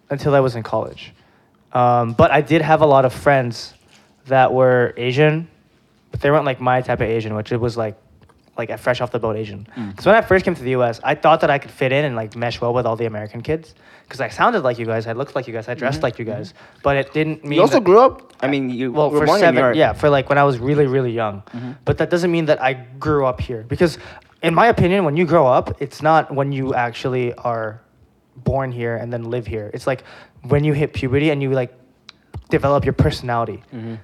Speaker 2: until I was in college. Um, but I did have a lot of friends that were Asian, but they weren't like my type of Asian, which it was like like a fresh off the boat Asian.
Speaker 1: Mm.
Speaker 2: Because when I first came to the U.S., I thought that I could fit in and like mesh well with all the American kids because I sounded like you guys, I looked like you guys, I dressed like you guys, but it didn't mean
Speaker 1: Mm-hmm. You also
Speaker 2: that-
Speaker 1: grew up. I mean, you
Speaker 2: well
Speaker 1: were
Speaker 2: for
Speaker 1: born in New
Speaker 2: seven
Speaker 1: York.
Speaker 2: yeah for like when i was really really young but that doesn't mean that i grew up here because in my opinion when you grow up it's not when you actually are born here and then live here it's like when you hit puberty and you like develop your personality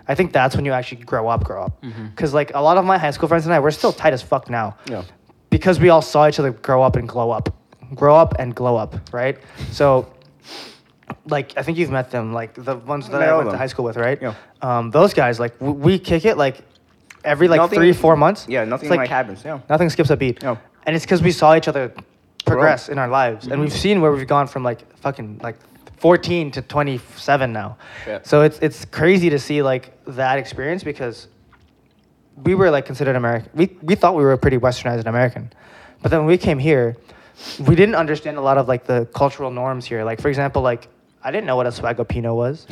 Speaker 2: i think that's when you actually grow up grow up because like a lot of my high school friends and i we're still tight as fuck now
Speaker 1: Yeah.
Speaker 2: because we all saw each other grow up and glow up grow up and glow up right so like i think you've met them like the ones that
Speaker 1: Met
Speaker 2: i
Speaker 1: all
Speaker 2: went
Speaker 1: of
Speaker 2: to
Speaker 1: them.
Speaker 2: high school with right
Speaker 1: Yeah.
Speaker 2: um, those guys like w- we kick it like every like
Speaker 1: Nothing-
Speaker 2: three four months
Speaker 1: Yeah,
Speaker 2: It's
Speaker 1: nothing like happens, yeah.
Speaker 2: nothing skips a beat
Speaker 1: No.
Speaker 2: and it's because we saw each other progress in our lives and we've seen where we've gone from like fucking like 14 to 27 now
Speaker 1: Yeah.
Speaker 2: so it's it's crazy to see like that experience because we were like considered American. We we thought we were pretty westernized and American, but then when we came here, we didn't understand a lot of like the cultural norms here. Like for example, like I didn't know what a swagopino was.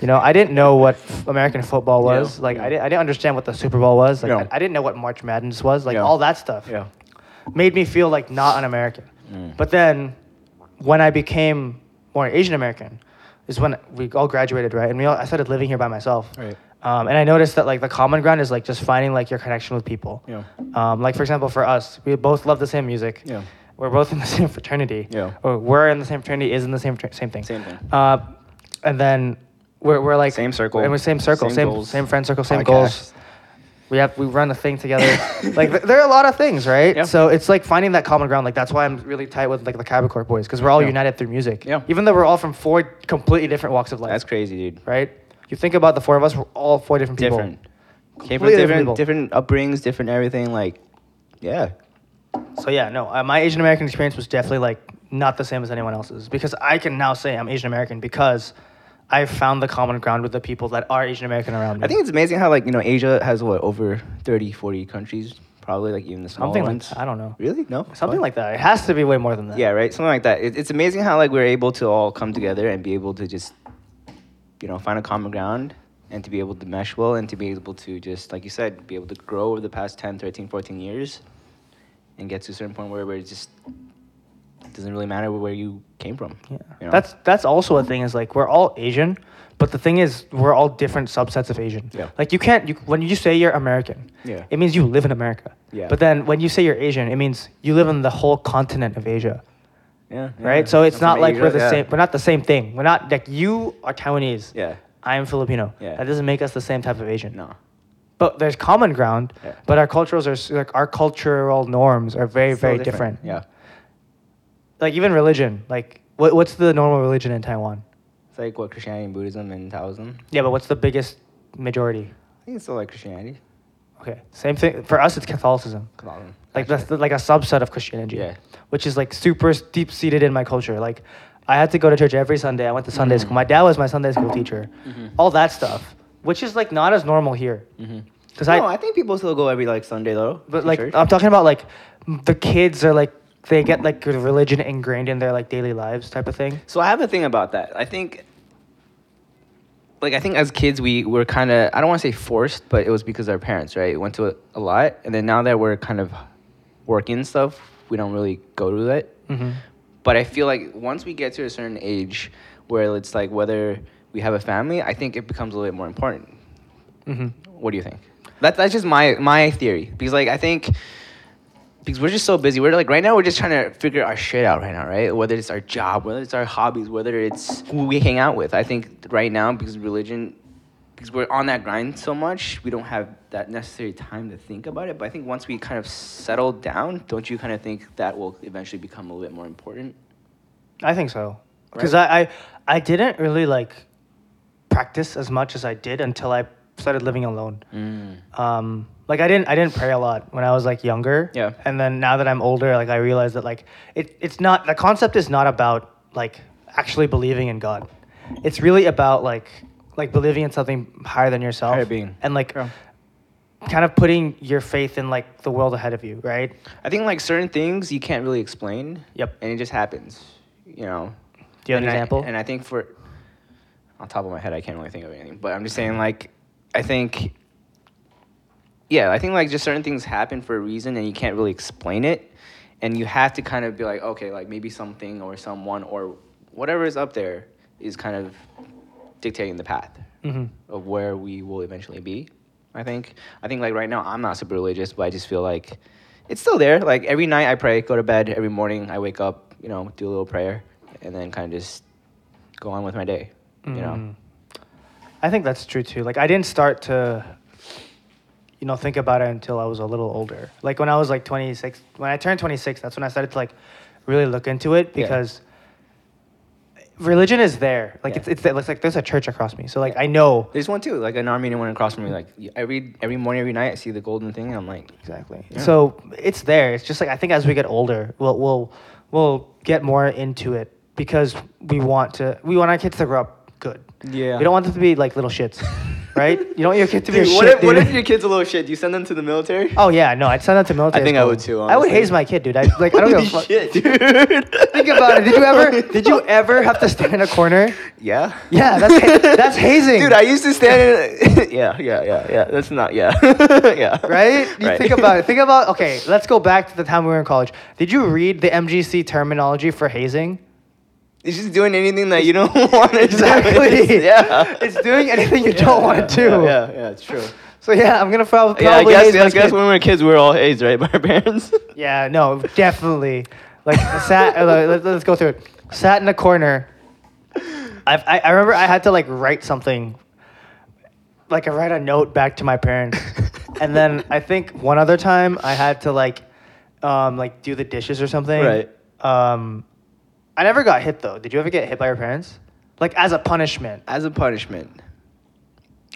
Speaker 2: You know, I didn't know what f- American football
Speaker 1: Yeah,
Speaker 2: was. Like
Speaker 1: yeah.
Speaker 2: I, didn't, I didn't understand what the Super Bowl was. Like
Speaker 1: Yeah.
Speaker 2: I, I didn't know what March Madness was. Like
Speaker 1: Yeah.
Speaker 2: all that stuff
Speaker 1: Yeah.
Speaker 2: made me feel like not an American.
Speaker 1: Mm.
Speaker 2: But then when I became more Asian American is when we all graduated, right? And we all, I started living here by myself.
Speaker 1: Right.
Speaker 2: Um, and I noticed that like the common ground is like just finding like your connection with people.
Speaker 1: Yeah.
Speaker 2: Um, like for example, for us, we both love the same music.
Speaker 1: Yeah.
Speaker 2: We're both in the same fraternity.
Speaker 1: Yeah.
Speaker 2: Or we're in the same fraternity is in the same fraternity, same thing.
Speaker 1: Same thing.
Speaker 2: Uh, and then we're, we're like
Speaker 1: Same circle,
Speaker 2: And we're same circle,
Speaker 1: same
Speaker 2: same same,
Speaker 1: goals,
Speaker 2: friend circle, same
Speaker 1: podcast.
Speaker 2: goals. We have we run a thing together. like th- there are a lot of things, right?
Speaker 1: Yeah.
Speaker 2: So it's like finding that common ground. Like that's why I'm really tight with like the Capricorn boys because we're all
Speaker 1: Yeah.
Speaker 2: united through music.
Speaker 1: Yeah.
Speaker 2: Even though we're all from four completely different walks of life.
Speaker 1: That's crazy, dude.
Speaker 2: right? You think about the four of us, we're all four different people.
Speaker 1: Different. Came from
Speaker 2: Completely different
Speaker 1: different,
Speaker 2: people.
Speaker 1: different upbringings, different everything. Like, yeah.
Speaker 2: So yeah, no, uh, my Asian American experience was definitely like not the same as anyone else's because I can now say I'm Asian American because I found the common ground with the people that are Asian American around me.
Speaker 1: I think it's amazing how like you know Asia has what over 30, 40 countries, probably like even the smaller
Speaker 2: something like
Speaker 1: ones.
Speaker 2: that. I don't know.
Speaker 1: Really? No. What?
Speaker 2: Something like that. It has to be way more than that.
Speaker 1: yeah, right. Something like that. It, it's amazing how like we're able to all come together and be able to just, you know, find a common ground and to be able to mesh well and to be able to just like you said, be able to grow over the past 10, 13, 14 years, and get to a certain point where where it just doesn't really matter where you came from.
Speaker 2: Yeah.
Speaker 1: you know?
Speaker 2: That's that's also a thing is like we're all Asian, but the thing is we're all different subsets of Asian.
Speaker 1: Yeah.
Speaker 2: Like you can't you when you say you're American,
Speaker 1: Yeah.
Speaker 2: it means you live in America.
Speaker 1: Yeah.
Speaker 2: But then when you say you're Asian, it means you live in the whole continent of Asia.
Speaker 1: yeah, yeah.
Speaker 2: Right? So it's
Speaker 1: I'm
Speaker 2: not
Speaker 1: from
Speaker 2: like
Speaker 1: Asia,
Speaker 2: we're the
Speaker 1: yeah.
Speaker 2: same we're not the same thing. We're not like you are Taiwanese.
Speaker 1: Yeah.
Speaker 2: I am Filipino.
Speaker 1: Yeah.
Speaker 2: That doesn't make us the same type of Asian.
Speaker 1: No.
Speaker 2: But there's common ground,
Speaker 1: Yeah.
Speaker 2: but our cultures are s- like our cultural norms are very
Speaker 1: Still
Speaker 2: very different.
Speaker 1: Yeah.
Speaker 2: Like even religion, like what, what's the normal religion in Taiwan?
Speaker 1: It's like what Christianity and Buddhism and Taoism.
Speaker 2: Yeah, but what's the biggest majority?
Speaker 1: I think it's still like Christianity,
Speaker 2: Okay, same thing for us. It's Catholicism,
Speaker 1: Catholicism.
Speaker 2: like that's the- like a subset of Christianity,
Speaker 1: Yeah.
Speaker 2: which is like super deep seated in my culture. Like, I had to go to church every Sunday. I went to Sunday
Speaker 1: Mhm.
Speaker 2: school. My dad was my Sunday school teacher.
Speaker 1: Mhm.
Speaker 2: All that stuff, which is like not as normal here,
Speaker 1: Mhm.
Speaker 2: because
Speaker 1: no,
Speaker 2: I,
Speaker 1: I think people still go every like Sunday though.
Speaker 2: but
Speaker 1: to
Speaker 2: like
Speaker 1: church.
Speaker 2: I'm talking about like m- the kids are like they get like good religion ingrained in their like daily lives type of thing.
Speaker 1: So I have a thing about that. I think, like, I think as kids we were kind of I don't want to say forced, but it was because our parents right went to it a lot, and then now that we're kind of working and stuff, we don't really go to it.
Speaker 2: Mm-hmm.
Speaker 1: But I feel like once we get to a certain age, where it's like whether we have a family, I think it becomes a little bit more important.
Speaker 2: Mm-hmm.
Speaker 1: What do you think? That, that's just my my theory because like I think because we're just so busy. We're like right now we're just trying to figure our shit out right now, right? Whether it's our job, whether it's our hobbies, whether it's who we hang out with. I think right now because religion because we're on that grind so much, we don't have that necessary time to think about it. But I think once we kind of settle down, don't you kind of think that will eventually become a little bit more important?
Speaker 2: I think so. Because
Speaker 1: Right?
Speaker 2: I, I I didn't really like practice as much as I did until I started living alone.
Speaker 1: Mm.
Speaker 2: Um, like I didn't I didn't pray a lot when I was like younger.
Speaker 1: Yeah.
Speaker 2: And then now that I'm older, like I realize that like it, it's not the concept is not about like actually believing in God. It's really about like like believing in something higher than yourself.
Speaker 1: Higher being.
Speaker 2: And like
Speaker 1: Yeah.
Speaker 2: kind of putting your faith in like the world ahead of you, right?
Speaker 1: I think like certain things you can't really explain.
Speaker 2: Yep.
Speaker 1: And it just happens, you know.
Speaker 2: Do you have an
Speaker 1: And I-
Speaker 2: example?
Speaker 1: and I think for on top of my head, I can't really think of anything. But I'm just saying, like, I think, yeah, I think like just certain things happen for a reason, and you can't really explain it, and you have to kind of be like, okay, like maybe something or someone or whatever is up there is kind of dictating the path
Speaker 2: mm-hmm.
Speaker 1: of where we will eventually be. I think. I think like right now I'm not super religious, but I just feel like it's still there. Like every night I pray, go to bed. Every morning I wake up, you know, do a little prayer, and then kind of just go on with my day. You know.
Speaker 2: Mm. I think that's true too. Like I didn't start to you know think about it until I was a little older. Like when I was like 26, when I turned 26, that's when I started to like really look into it
Speaker 1: Yeah.
Speaker 2: because religion is there. Like
Speaker 1: Yeah.
Speaker 2: it's it's there. It's like there's a church across me. So like I know
Speaker 1: There's one too, like an Armenian one across from me. Like y- every every morning, every night, I see the golden thing, and I'm like,
Speaker 2: Exactly.
Speaker 1: Yeah.
Speaker 2: So it's there. It's just like I think as we get older, we'll we'll we'll get more into it because we want to we want our kids to grow up good.
Speaker 1: Yeah.
Speaker 2: We don't want them to be like little shits, right? You don't want your kid to be a
Speaker 1: Dude,
Speaker 2: shit.
Speaker 1: what, if, what
Speaker 2: dude.
Speaker 1: if your kid's a little shit? Do you send them to the military?
Speaker 2: Oh yeah, no, I'd send that to military.
Speaker 1: I think I
Speaker 2: school.
Speaker 1: would too,
Speaker 2: I would
Speaker 1: honestly.
Speaker 2: haze my kid, dude. I like I don't give a
Speaker 1: Holy
Speaker 2: fuck.
Speaker 1: shit, dude.
Speaker 2: Think about it. Did you ever did you ever have to stand in a corner?
Speaker 1: Yeah.
Speaker 2: Yeah, that's ha- that's hazing.
Speaker 1: Dude, I used to stand in. yeah, yeah, yeah, yeah. That's not. Yeah, yeah.
Speaker 2: Right? You think about it. Think about okay, let's go back to the time we were in college. Did you read the MGC terminology for hazing?
Speaker 1: It's just doing anything that you don't want to do.
Speaker 2: Exactly.
Speaker 1: It's- yeah.
Speaker 2: It's doing anything you
Speaker 1: Yeah,
Speaker 2: don't want to do.
Speaker 1: Yeah, yeah, yeah, it's true.
Speaker 2: So yeah, I'm gonna prob- probably.
Speaker 1: yeah, I guess,
Speaker 2: haze
Speaker 1: yeah, I
Speaker 2: my
Speaker 1: guess
Speaker 2: kid.
Speaker 1: when we were kids, we were all A's, right, by our parents?
Speaker 2: Yeah, no, definitely. Like sat. uh, let, us go through it. Sat in a corner. I've, I I remember I had to like write something. Like I write a note back to my parents. and then I think one other time I had to like, um, like do the dishes or something.
Speaker 1: Right.
Speaker 2: Um, I never got hit though. Did you ever get hit by your parents? Like as a punishment.
Speaker 1: As a punishment,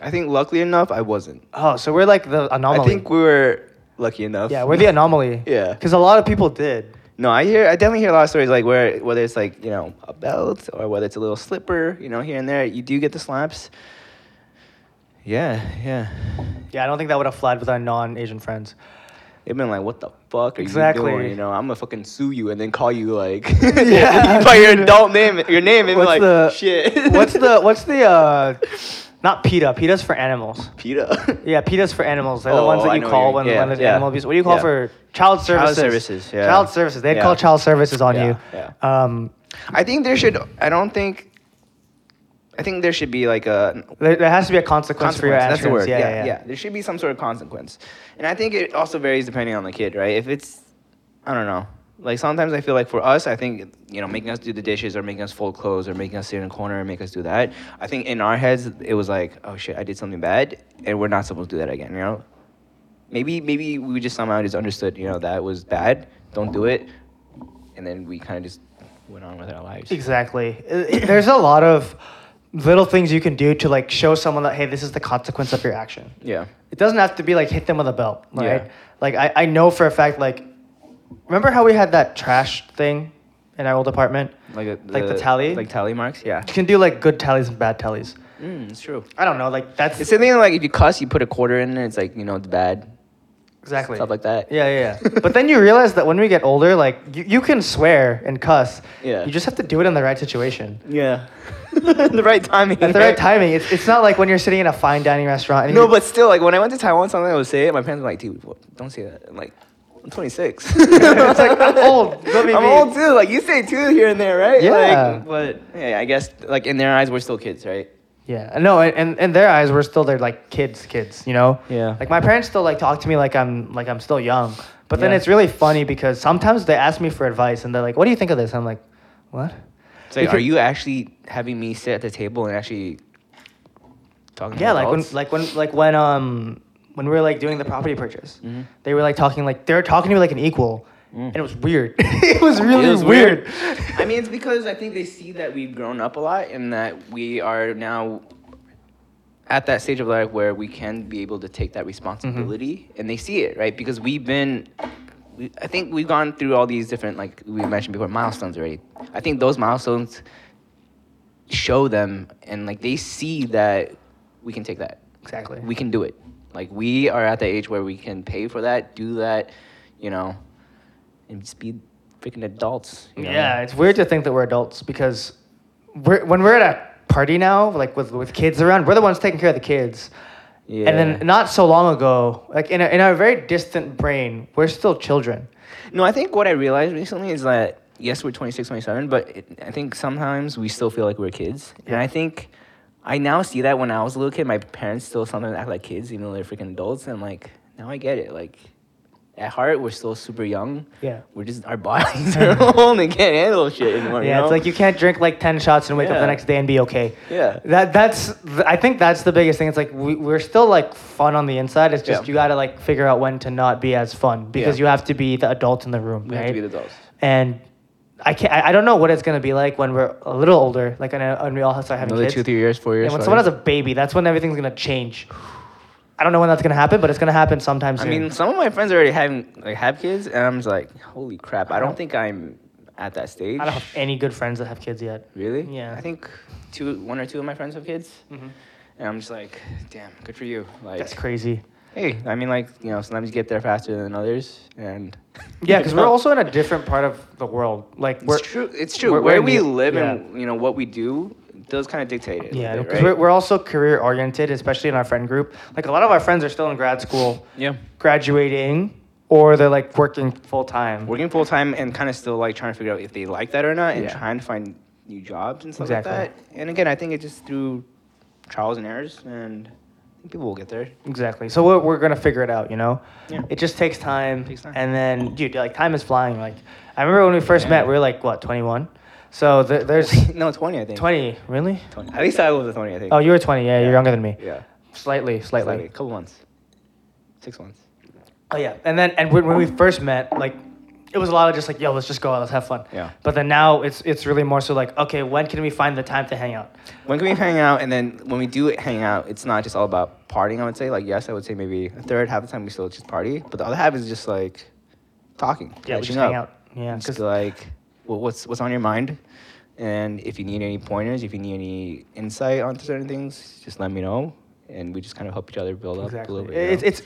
Speaker 1: I think luckily enough I wasn't.
Speaker 2: Oh, so we're like the anomaly.
Speaker 1: I think we were lucky enough.
Speaker 2: yeah, we're the anomaly.
Speaker 1: Yeah.
Speaker 2: Because a lot of people did.
Speaker 1: No, I hear. I definitely hear a lot of stories like where whether it's like you know a belt or whether it's a little slipper, you know, here and there, you do get the slaps. Yeah, yeah.
Speaker 2: Yeah, I don't think that would have flied with our non-Asian friends.
Speaker 1: They've been like, "What the fuck are
Speaker 2: Exactly.
Speaker 1: you doing?" You know, I'm gonna fucking sue you and then call you like
Speaker 2: Yeah,
Speaker 1: by your
Speaker 2: dude.
Speaker 1: adult name, your name, and be like, "Shit."
Speaker 2: what's the what's the uh, not PETA? PETA's for animals.
Speaker 1: PETA?
Speaker 2: Yeah, PETA's for animals. They're the
Speaker 1: Oh,
Speaker 2: ones that
Speaker 1: I
Speaker 2: you
Speaker 1: know
Speaker 2: call
Speaker 1: what
Speaker 2: when,
Speaker 1: you mean.
Speaker 2: when
Speaker 1: Yeah,
Speaker 2: there's
Speaker 1: yeah.
Speaker 2: animal abuse. What do you call
Speaker 1: Yeah.
Speaker 2: for child services?
Speaker 1: services, yeah.
Speaker 2: Child services. They'd
Speaker 1: Yeah.
Speaker 2: call child services on
Speaker 1: Yeah,
Speaker 2: you.
Speaker 1: yeah.
Speaker 2: Um,
Speaker 1: I think there should. I don't think. I think there should be like a
Speaker 2: there, there has to be a consequence, for your actions.
Speaker 1: That's the word.
Speaker 2: Yeah,
Speaker 1: Yeah yeah,
Speaker 2: yeah,
Speaker 1: There should be some sort of consequence, and I think it also varies depending on the kid, right? If it's, I don't know. Like sometimes I feel like for us, I think you know, making us do the dishes or making us fold clothes or making us sit in a corner and make us do that. I think in our heads it was like, oh shit, I did something bad, and we're not supposed to do that again. You know, maybe maybe we just somehow just understood, you know, that was bad. Don't do it, and then we kind of just went on with our lives.
Speaker 2: Exactly. Uh, There's a lot of little things you can do to like show someone that hey, this is the consequence of your action.
Speaker 1: Yeah.
Speaker 2: It doesn't have to be like hit them with a belt, right?
Speaker 1: Yeah.
Speaker 2: Like I, I know for a fact, like remember how we had that trash thing in our old apartment?
Speaker 1: Like a,
Speaker 2: Like the tally?
Speaker 1: like tally marks. Yeah,
Speaker 2: You can do like good tallies and bad tallies.
Speaker 1: mm, it's true.
Speaker 2: I don't know, like that's
Speaker 1: It's the thing like if you cuss, you put a quarter in, and it's like you know it's bad
Speaker 2: exactly
Speaker 1: stuff like that.
Speaker 2: Yeah, yeah, yeah. but then you realize that when we get older, like you, you can swear and cuss.
Speaker 1: Yeah.
Speaker 2: You just have to do it in the right situation.
Speaker 1: yeah, the right timing.
Speaker 2: At the right timing. It's, it's not like when you're sitting in a fine dining restaurant. And
Speaker 1: No,
Speaker 2: you-
Speaker 1: but still, like when I went to Taiwan, something I would say it. My parents were like, "Dude, what- don't say that." I'm like, "I'm 26."
Speaker 2: it's like I'm old. Let me
Speaker 1: I'm
Speaker 2: be.
Speaker 1: old too. Like you say two here and there, right?
Speaker 2: Yeah.
Speaker 1: Like, but yeah, I guess like in their eyes, we're still kids, right?
Speaker 2: Yeah. No, and, and in their eyes, we're still they're like kids, kids. You know.
Speaker 1: Yeah.
Speaker 2: Like my parents still like talk to me like I'm like I'm still young. But then
Speaker 1: Yeah.
Speaker 2: it's really funny because sometimes they ask me for advice and they're like, "What do you think of this?" I'm like, "What?"
Speaker 1: It's like,
Speaker 2: Because-
Speaker 1: are you actually having me sit at the table and actually talking?
Speaker 2: Yeah,
Speaker 1: to
Speaker 2: like when
Speaker 1: adults?
Speaker 2: like when like when um when we were like doing the property purchase,
Speaker 1: Mhm.
Speaker 2: they were like talking like they were talking to me like an equal,
Speaker 1: Mm.
Speaker 2: and it was weird. it was really
Speaker 1: It was
Speaker 2: weird.
Speaker 1: I mean, it's because I think they see that we've grown up a lot and that we are now at that stage of life where we can be able to take that responsibility
Speaker 2: Mm-hmm.
Speaker 1: and they see it, right? Because we've been, we, I think we've gone through all these different, like we mentioned before, milestones already. I think those milestones show them and like they see that we can take that
Speaker 2: exactly.
Speaker 1: we can do it. Like we are at the age where we can pay for that, do that, you know, and just be freaking adults. you know?
Speaker 2: Yeah, it's weird to think that we're adults because we're when we're at a party now, like with with kids around, we're the ones taking care of the kids.
Speaker 1: Yeah.
Speaker 2: And then not so long ago, like in, a, in our very distant brain, we're still children.
Speaker 1: no, I think what I realized recently is that yes, we're 26, 27, but it, I think sometimes we still feel like we're kids. And
Speaker 2: Yeah.
Speaker 1: I think I now see that when I was a little kid, my parents still sometimes act like kids, even though they're freaking adults. And I'm like, now I get it. Like at heart, we're still super young.
Speaker 2: Yeah.
Speaker 1: We're just our bodies are old and can't handle shit anymore. you
Speaker 2: Yeah,
Speaker 1: know?
Speaker 2: it's like you can't drink like ten shots and wake up
Speaker 1: Yeah.
Speaker 2: the next day and be okay.
Speaker 1: Yeah.
Speaker 2: That that's th- I think that's the biggest thing. It's like we, we're still like fun on the inside. It's just
Speaker 1: Yeah.
Speaker 2: you gotta like figure out when to not be as fun because
Speaker 1: Yeah.
Speaker 2: you have to be the adult in the room.
Speaker 1: we
Speaker 2: right?
Speaker 1: have to be the adults.
Speaker 2: and I can't. I, I don't know what it's gonna be like when we're a little older, like when, when we all start having
Speaker 1: Another
Speaker 2: kids.
Speaker 1: two, three years, four years.
Speaker 2: and when
Speaker 1: five
Speaker 2: someone
Speaker 1: years.
Speaker 2: has a baby, that's when everything's gonna change. I don't know when that's gonna happen, but it's gonna happen sometime
Speaker 1: I
Speaker 2: soon.
Speaker 1: mean, some of my friends already having like have kids, and I'm just like, holy crap! I don't think I'm at that stage.
Speaker 2: I don't have any good friends that have kids yet.
Speaker 1: Really?
Speaker 2: Yeah. Mm-hmm.
Speaker 1: I think two, one or two of my friends have kids, and I'm just like, damn, good for you. Like,
Speaker 2: That's crazy.
Speaker 1: hey, I mean, like, you know, sometimes you get there faster than others, and
Speaker 2: Yeah, because we're also in a different part of the world. Like we're
Speaker 1: it's true. It's true.
Speaker 2: we're- we're
Speaker 1: Where
Speaker 2: in
Speaker 1: we
Speaker 2: the-
Speaker 1: live and you know what we do does kind of dictate it. a little
Speaker 2: yeah,
Speaker 1: bit,
Speaker 2: because
Speaker 1: right?
Speaker 2: we're, we're also career oriented, especially in our friend group. Like a lot of our friends are still in grad school,
Speaker 1: yeah.
Speaker 2: graduating, or they're like working full time.
Speaker 1: working full time and kind of still like trying to figure out if they like that or not and
Speaker 2: Yeah.
Speaker 1: trying to find new jobs and stuff like
Speaker 2: Exactly.
Speaker 1: that. And again, I think it's just through trials and errors, and I think people will get there.
Speaker 2: Exactly. So we're, we're gonna figure it out, you know.
Speaker 1: Yeah.
Speaker 2: It just takes time,
Speaker 1: Takes time.
Speaker 2: and then dude, like time is flying. Like I remember when we first
Speaker 1: Yeah.
Speaker 2: met, we were like what twenty one. So th- there's
Speaker 1: no, 20, I think.
Speaker 2: twenty Oh, really.
Speaker 1: 20. At least I was a 20, I think.
Speaker 2: Oh, you were twenty. Yeah, you're younger than me.
Speaker 1: yeah.
Speaker 2: Slightly, slightly.
Speaker 1: A couple months. Six months.
Speaker 2: Oh yeah, and then and when, when we first met, like it was a lot of just like, yo, let's just go out, let's have fun.
Speaker 1: Yeah.
Speaker 2: But then now it's it's really more so like, okay, when can we find the time to hang out?
Speaker 1: When can we hang out? And then when we do hang out, it's not just all about partying. I would say, like, yes, I would say maybe a third half the time we still just party, but the other half is just like talking,
Speaker 2: Yeah, we
Speaker 1: catching
Speaker 2: just
Speaker 1: up,
Speaker 2: hang out. Yeah,
Speaker 1: just
Speaker 2: because
Speaker 1: like wha- what's what's on your mind, and if you need any pointers, if you need any insight onto certain things, just let me know, and we just kind of help each other build up a
Speaker 2: exactly,
Speaker 1: little bit. you
Speaker 2: it's
Speaker 1: know?
Speaker 2: it's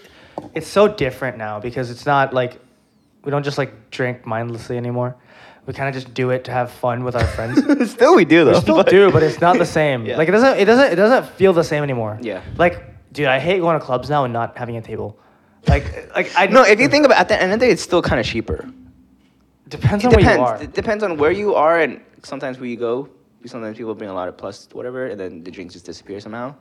Speaker 2: it's so different now because it's not like we don't just like drink mindlessly anymore. We kind of just do it to have fun with our friends.
Speaker 1: still we do though.
Speaker 2: We still do, but it's not the same.
Speaker 1: Yeah.
Speaker 2: Like it doesn't it doesn't it doesn't feel the same anymore.
Speaker 1: Yeah.
Speaker 2: Like, dude, I hate going to clubs now and not having a table. Like like I
Speaker 1: no, if you think about at the end of the day, it's still kind of cheaper.
Speaker 2: depends
Speaker 1: It
Speaker 2: on where you are.
Speaker 1: depends. It depends on where you are, and sometimes where you go. Sometimes people bring a lot of plus whatever, and then the drinks just disappear somehow.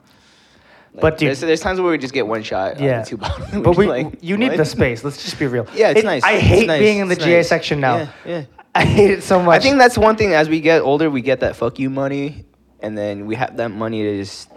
Speaker 1: Like,
Speaker 2: But dude-
Speaker 1: there's, there's times where we just get one shot, yeah,
Speaker 2: Yeah.
Speaker 1: of the two bottles.
Speaker 2: But
Speaker 1: We're
Speaker 2: we,
Speaker 1: just like,
Speaker 2: you need
Speaker 1: "What?"
Speaker 2: the space. Let's just be real.
Speaker 1: Yeah, it's
Speaker 2: It-
Speaker 1: nice.
Speaker 2: I
Speaker 1: It's
Speaker 2: hate
Speaker 1: nice.
Speaker 2: being in the
Speaker 1: It's
Speaker 2: GA
Speaker 1: nice.
Speaker 2: section now.
Speaker 1: Yeah, yeah.
Speaker 2: I hate it so much.
Speaker 1: I think that's one thing. As we get older, we get that fuck you money, and then we have that money to just.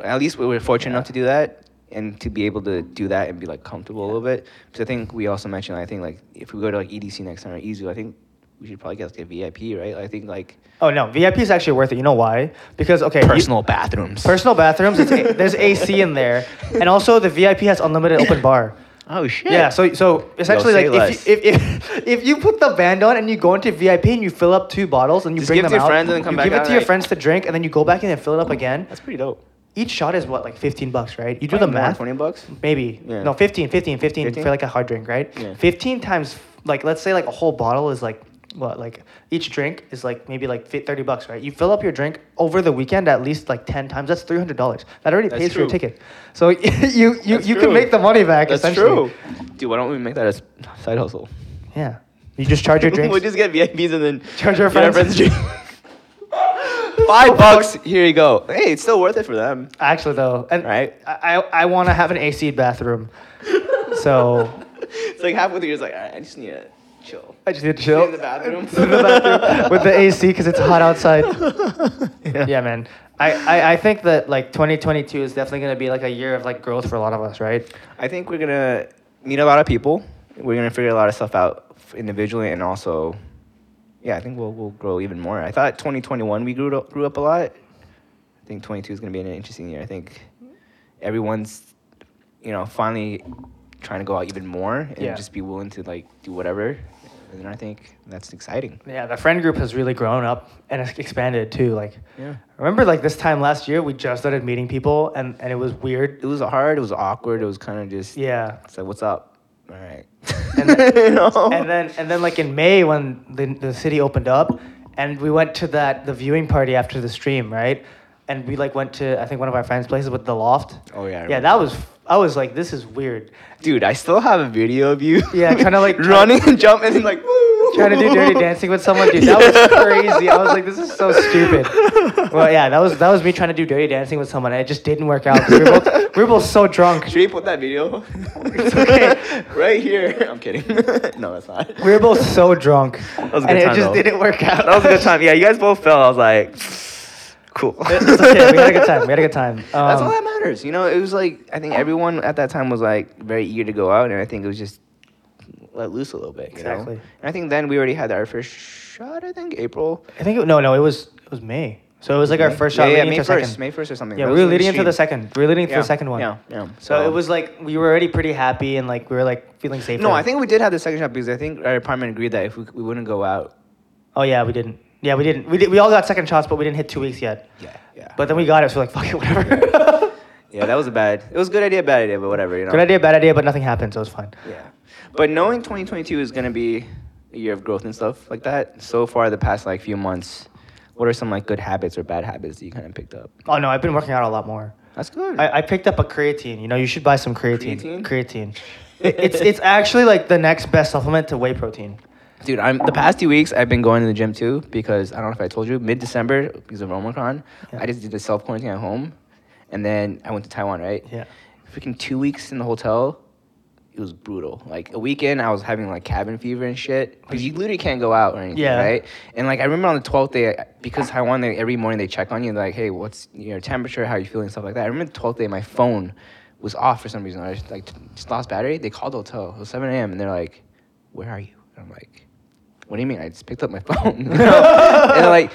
Speaker 1: At least we were fortunate enough to do that, and to be able to do that and be like comfortable a little bit. Because I think we also mentioned. I think like if we go to like EDC next time or EZU, I think we should probably get like a VIP, right? I think like
Speaker 2: oh no, VIP is actually worth it. You know why? Because okay, you-
Speaker 1: personal bathrooms.
Speaker 2: personal bathrooms. It's, a- there's AC in there, and also the VIP has unlimited open bar.
Speaker 1: oh shit.
Speaker 2: Yeah, so so essentially,
Speaker 1: say
Speaker 2: like
Speaker 1: less.
Speaker 2: if you, if, if if you put the band on and you go into VIP and you fill up two bottles and you
Speaker 1: Just
Speaker 2: bring
Speaker 1: give it to
Speaker 2: them
Speaker 1: your
Speaker 2: out,
Speaker 1: friends and then come
Speaker 2: you
Speaker 1: back
Speaker 2: give it
Speaker 1: out,
Speaker 2: to your
Speaker 1: right?
Speaker 2: friends to drink, and then you go back in and fill it up again.
Speaker 1: that's pretty dope.
Speaker 2: Each shot is what like fifteen bucks, right? You do the math.
Speaker 1: Twenty bucks.
Speaker 2: Maybe.
Speaker 1: Yeah.
Speaker 2: No, 15, 15, 15
Speaker 1: 15?
Speaker 2: for like a hard drink, right?
Speaker 1: Yeah.
Speaker 2: 15 times, like, let's say like a whole bottle is like, what, like each drink is like maybe like fi- 30 bucks, right? You fill up your drink over the weekend at least like 10 times. That's $300. That already
Speaker 1: That's
Speaker 2: pays for your
Speaker 1: true.
Speaker 2: ticket. So you, you,
Speaker 1: That's
Speaker 2: you
Speaker 1: true.
Speaker 2: can make the money back
Speaker 1: That's true.
Speaker 2: essentially.
Speaker 1: Dude, why don't we make that a s- side hustle?
Speaker 2: Yeah. You just charge your drinks.
Speaker 1: we'll just get VIPs and then
Speaker 2: Charge our
Speaker 1: get
Speaker 2: friends.
Speaker 1: drink. Five bucks. Here you go. Hey, it's still worth it for them.
Speaker 2: Actually, though, and
Speaker 1: Right.
Speaker 2: I, I, I want to have an AC bathroom. so
Speaker 1: It's like halfway through, you're just like, all right, I just need to chill.
Speaker 2: I just need to chill.
Speaker 1: In the bathroom.
Speaker 2: in the bathroom with the AC because it's hot outside.
Speaker 1: Yeah.
Speaker 2: Yeah, man. I, I, I think that like 2022 is definitely going to be like a year of like growth for a lot of us, right?
Speaker 1: I think we're gonna meet a lot of people. We're gonna figure a lot of stuff out f- individually, and also, yeah, I think we'll we'll grow even more. I thought 2021 we grew to, grew up a lot. I think 22 is gonna be an interesting year. I think everyone's, you know, finally trying to go out even more and
Speaker 2: Yeah.
Speaker 1: just be willing to like do whatever. And I think that's exciting.
Speaker 2: Yeah, the friend group has really grown up and it's expanded too. Like,
Speaker 1: Yeah.
Speaker 2: remember like this time last year we just started meeting people and, and it was weird.
Speaker 1: It was hard. It was awkward. It was kind of just
Speaker 2: Yeah.
Speaker 1: It's like, what's up? All right.
Speaker 2: And then-
Speaker 1: You know?
Speaker 2: And then and then like in May when the, the city opened up and we went to that the viewing party after the stream, right? And we like went to I think one of our friends' places with the loft.
Speaker 1: Oh, yeah, I
Speaker 2: yeah,
Speaker 1: remember.
Speaker 2: that was I was like this is weird.
Speaker 1: Dude, I still have a video of you.
Speaker 2: Yeah, kinda like-
Speaker 1: running and jumping and like woo.
Speaker 2: trying to do dirty dancing with someone, dude. That was crazy. I was like, this is so stupid. Well, yeah, that was that was me trying to do dirty dancing with someone, and it just didn't work out. 'cause We were both, we were both so drunk.
Speaker 1: Should we put that video?
Speaker 2: It's okay.
Speaker 1: right here. I'm kidding. no, that's not.
Speaker 2: We were both so drunk,
Speaker 1: was a good
Speaker 2: and it
Speaker 1: time,
Speaker 2: just
Speaker 1: though.
Speaker 2: didn't work out.
Speaker 1: That was a good time. Yeah, you guys both fell. I was like, cool.
Speaker 2: It's okay. We had a good time. We had a good time. Um,
Speaker 1: That's all that matters. You know, it was like I think everyone at that time was like very eager to go out, and I think it was just let loose a little bit. you know?
Speaker 2: Exactly.
Speaker 1: And I think then we already had our first shot. I think April.
Speaker 2: I think it, no, no, it was it was May. So it was like our first shot
Speaker 1: Yeah, yeah,
Speaker 2: leading
Speaker 1: May
Speaker 2: into
Speaker 1: first.
Speaker 2: second.
Speaker 1: May first or something.
Speaker 2: Yeah,
Speaker 1: That
Speaker 2: we
Speaker 1: was
Speaker 2: were
Speaker 1: when
Speaker 2: leading into the
Speaker 1: streamed.
Speaker 2: second. We were leading to
Speaker 1: Yeah,
Speaker 2: the second one.
Speaker 1: Yeah, yeah.
Speaker 2: So, it was like we were already pretty happy and like we were like feeling safe.
Speaker 1: No, I think we did have the second shot because I think our apartment agreed that if we, we wouldn't go out.
Speaker 2: Oh yeah, we didn't. Yeah, we didn't. We did, We all got second shots, but we didn't hit two weeks yet.
Speaker 1: Yeah, yeah.
Speaker 2: But then we got it, so we're like, fuck it, whatever.
Speaker 1: yeah, that was a bad. It was a good idea, bad idea, but whatever. You know.
Speaker 2: Good idea, bad idea, but nothing happened, so it's fine.
Speaker 1: Yeah. But knowing 2022 is gonna be a year of growth and stuff like that. So far, the past like few months, what are some like good habits or bad habits that you kind of picked up?
Speaker 2: Oh no, I've been working out a lot more.
Speaker 1: That's good.
Speaker 2: I, I picked up a creatine. You know, you should buy some creatine.
Speaker 1: Creatine?
Speaker 2: Creatine. It- it's it's actually like the next best supplement to whey protein.
Speaker 1: Dude, I'm the past two weeks I've been going to the gym too because I don't know if I told you mid December because of Omicron,
Speaker 2: Yeah.
Speaker 1: I just did the self quarantine at home, and then I went to Taiwan right.
Speaker 2: Yeah.
Speaker 1: Freaking two weeks in the hotel, it was brutal. Like a weekend, I was having like cabin fever and shit because you literally can't go out or anything,
Speaker 2: Yeah.
Speaker 1: right? And like I remember on the twelfth day because Taiwan they, every morning they check on you like, hey, what's your temperature, how you feeling, stuff like that. I remember the twelfth day my phone was off for some reason. I just, like t- just lost battery. They called the hotel. It was 7 a.m. and they're like, "Where are you?" And I'm like, "What do you mean? I just picked up my phone." and they're like,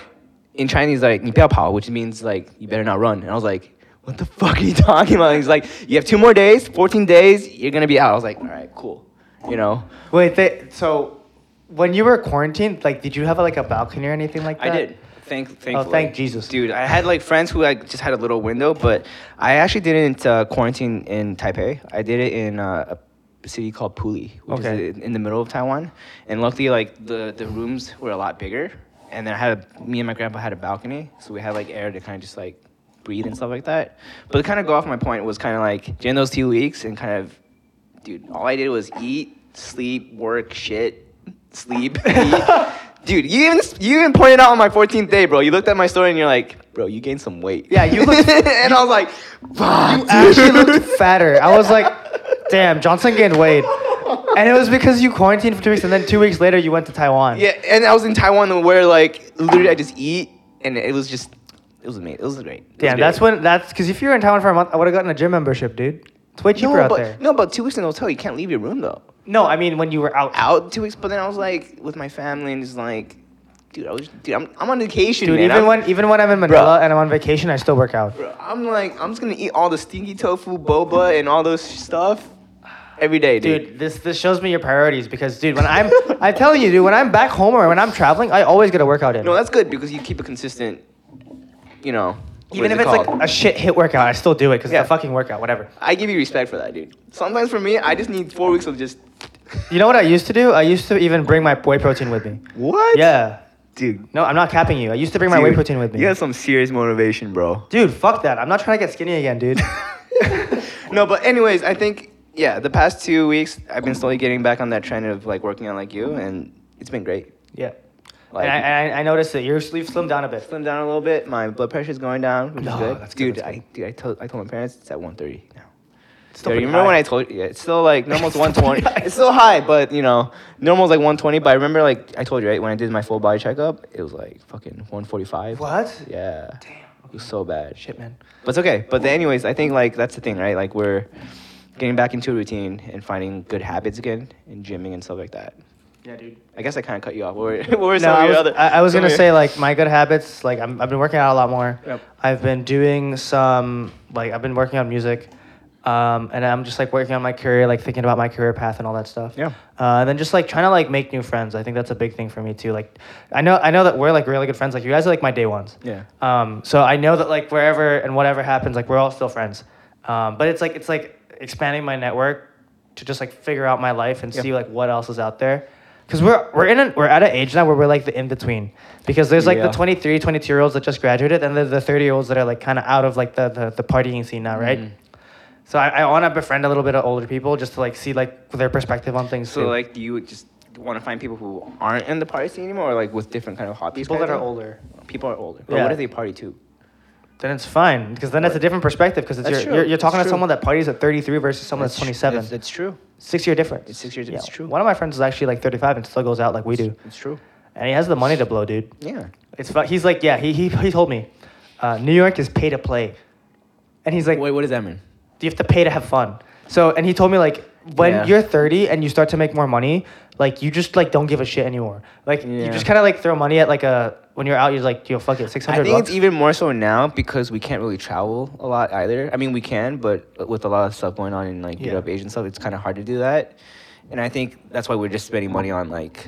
Speaker 1: in Chinese, like "你不要跑," which means like you better not run. And I was like, "What the fuck are you talking about?" And he's like, "You have two more days, 14 days. You're gonna be out." I was like, "All right, cool." You know,
Speaker 2: Wait, they, so when you were quarantined, like, did you have like a balcony or anything like
Speaker 1: I
Speaker 2: that? Oh,
Speaker 1: did. Thank, thankfully.
Speaker 2: thank Jesus.
Speaker 1: dude! I had like friends who like just had a little window, but I actually didn't uh, quarantine in Taipei. I did it in uh, a city called Puli, which
Speaker 2: Okay.
Speaker 1: is in- in the middle of Taiwan. And luckily, like the the rooms were a lot bigger, and then I had a, me and my grandpa had a balcony, so we had like air to kind of just like breathe and stuff like that. But to kind of go off my point was kind of like during those two weeks and kind of dude, all I did was eat, sleep, work, shit, sleep, eat. Dude, you even you even pointed out on my 14th day, bro. You looked at my story and you're like, bro, you gained some weight.
Speaker 2: Yeah, you look-
Speaker 1: and I was like, fuck.
Speaker 2: You actually
Speaker 1: dude."
Speaker 2: looked fatter. I was like, damn, Johnson gained weight. And it was because you quarantined for two weeks, and then two weeks later you went to Taiwan.
Speaker 1: Yeah, and I was in Taiwan where like literally I just eat, and it was just it was amazing. It was great. It was
Speaker 2: Damn,
Speaker 1: great.
Speaker 2: that's when that's because if you were in Taiwan for a month, I would have gotten a gym membership, dude. It's way cheaper
Speaker 1: no,
Speaker 2: out
Speaker 1: but
Speaker 2: there.
Speaker 1: no, but two weeks in the hotel, you can't leave your room though.
Speaker 2: No, I mean when you were out.
Speaker 1: Out two weeks, but then I was like with my family and just like, dude, I was dude, I'm, I'm on vacation,
Speaker 2: Dude,
Speaker 1: man.
Speaker 2: even
Speaker 1: I'm-
Speaker 2: when even when I'm in Manila and I'm on vacation, I still work out.
Speaker 1: Bro, I'm like, I'm just gonna eat all the stinky tofu, boba, and all those stuff every day, dude.
Speaker 2: Dude, this this shows me your priorities because dude, when I'm I tell you, dude, when I'm back home or when I'm traveling, I always get a workout in.
Speaker 1: No, that's good because you keep it consistent. You know, what
Speaker 2: Even
Speaker 1: is
Speaker 2: if
Speaker 1: it
Speaker 2: it's
Speaker 1: called?
Speaker 2: like a shit hit workout, I still do it because
Speaker 1: Yeah.
Speaker 2: it's a fucking workout, whatever.
Speaker 1: I give you respect for that, dude. Sometimes for me, I just need four weeks of just.
Speaker 2: You know what I used to do? I used to even bring my whey protein with me.
Speaker 1: What?
Speaker 2: Yeah.
Speaker 1: dude.
Speaker 2: No, I'm not capping you. I used to bring my whey protein with me.
Speaker 1: You have some serious motivation, bro.
Speaker 2: Dude, fuck that. I'm not trying to get skinny again, dude.
Speaker 1: no, but anyways, I think yeah, the past two weeks I've been slowly getting back on that trend of like working out like you, and it's been great.
Speaker 2: yeah.
Speaker 1: Like,
Speaker 2: and I, and I, I noticed that your sleeve slimmed down a bit.
Speaker 1: slim down a little bit. My blood pressure's going down, which
Speaker 2: No,
Speaker 1: is good.
Speaker 2: that's good,
Speaker 1: dude,
Speaker 2: that's
Speaker 1: I dude, I told I told my parents it's at 130 now. Dude,
Speaker 2: It's still
Speaker 1: you
Speaker 2: pretty
Speaker 1: remember when
Speaker 2: high.
Speaker 1: I told you? Yeah, it's still like normal's
Speaker 2: It's still
Speaker 1: 120.
Speaker 2: pretty high.
Speaker 1: It's still high, but you know, normal's like 120. But I remember like I told you right when I did my full body checkup, it was like fucking 145.
Speaker 2: What?
Speaker 1: Yeah. Damn. It was so bad.
Speaker 2: Shit, man.
Speaker 1: But it's okay. But then anyways, I think like that's the thing, right? Like we're getting back into a routine and finding good habits again and gymming and stuff like that.
Speaker 2: Yeah, dude.
Speaker 1: I guess I kind of cut you off. What were, what were
Speaker 2: No,
Speaker 1: some of
Speaker 2: I
Speaker 1: your
Speaker 2: was,
Speaker 1: other?
Speaker 2: I, I was
Speaker 1: some
Speaker 2: gonna
Speaker 1: of your-
Speaker 2: say like my good habits. Like I'm, I've been working out a lot more.
Speaker 1: Yep.
Speaker 2: I've been doing some like I've been working on music, um, and I'm just like working on my career, like thinking about my career path and all that stuff.
Speaker 1: Yeah.
Speaker 2: Uh, and then just like trying to like make new friends. I think that's a big thing for me too. Like I know I know that we're like really good friends. Like you guys are like my day ones.
Speaker 1: Yeah.
Speaker 2: Um, so I know that like wherever and whatever happens, like we're all still friends. Um, but it's like it's like expanding my network to just like figure out my life and
Speaker 1: Yeah.
Speaker 2: see like what else is out there. Cause we're we're in an, we're at an age now where we're like the in between. Because there's like
Speaker 1: Yeah.
Speaker 2: the 23, 22 year olds that just graduated, and there's the 30 year olds that are like kind of out of like the, the the partying scene now, right?
Speaker 1: Mhm.
Speaker 2: So I, I want to befriend a little bit of older people just to like see like their perspective on things.
Speaker 1: So
Speaker 2: too.
Speaker 1: like, do you just want to find people who aren't in the party scene anymore, or like with different kind of hobbies?
Speaker 2: people
Speaker 1: kinda
Speaker 2: that are
Speaker 1: thing?
Speaker 2: older,
Speaker 1: People are older. But
Speaker 2: Yeah.
Speaker 1: what if they party too?
Speaker 2: then it's fine because then it's a different perspective because it's
Speaker 1: That's
Speaker 2: your,
Speaker 1: true.
Speaker 2: you're, you're talking
Speaker 1: That's
Speaker 2: to
Speaker 1: true.
Speaker 2: someone that parties at 33 versus someone that's,
Speaker 1: tr-
Speaker 2: 27.
Speaker 1: That's, that's true.
Speaker 2: six year difference.
Speaker 1: It's six years- it's true.
Speaker 2: One of my friends is actually like 35 and still goes out like we do,
Speaker 1: It's true.
Speaker 2: and he has the money to blow, dude.
Speaker 1: Yeah.
Speaker 2: It's fu- he's like, yeah, he he, he told me, uh, New York is pay to play, and he's like,
Speaker 1: Wait, what does that mean?
Speaker 2: you have to pay to have fun. So, and he told me like when
Speaker 1: Yeah.
Speaker 2: you're 30 and you start to make more money, like you just like don't give a shit anymore. Like
Speaker 1: Yeah.
Speaker 2: you just kind of like throw money at like a when you're out, you're like, yo, fuck it, 600
Speaker 1: I think
Speaker 2: bucks.
Speaker 1: it's even more so now because we can't really travel a lot either. I mean, we can, but with a lot of stuff going on in like
Speaker 2: Yeah.
Speaker 1: Europe, Asia, and stuff, it's kind of hard to do that. And I think that's why we're just spending money on like,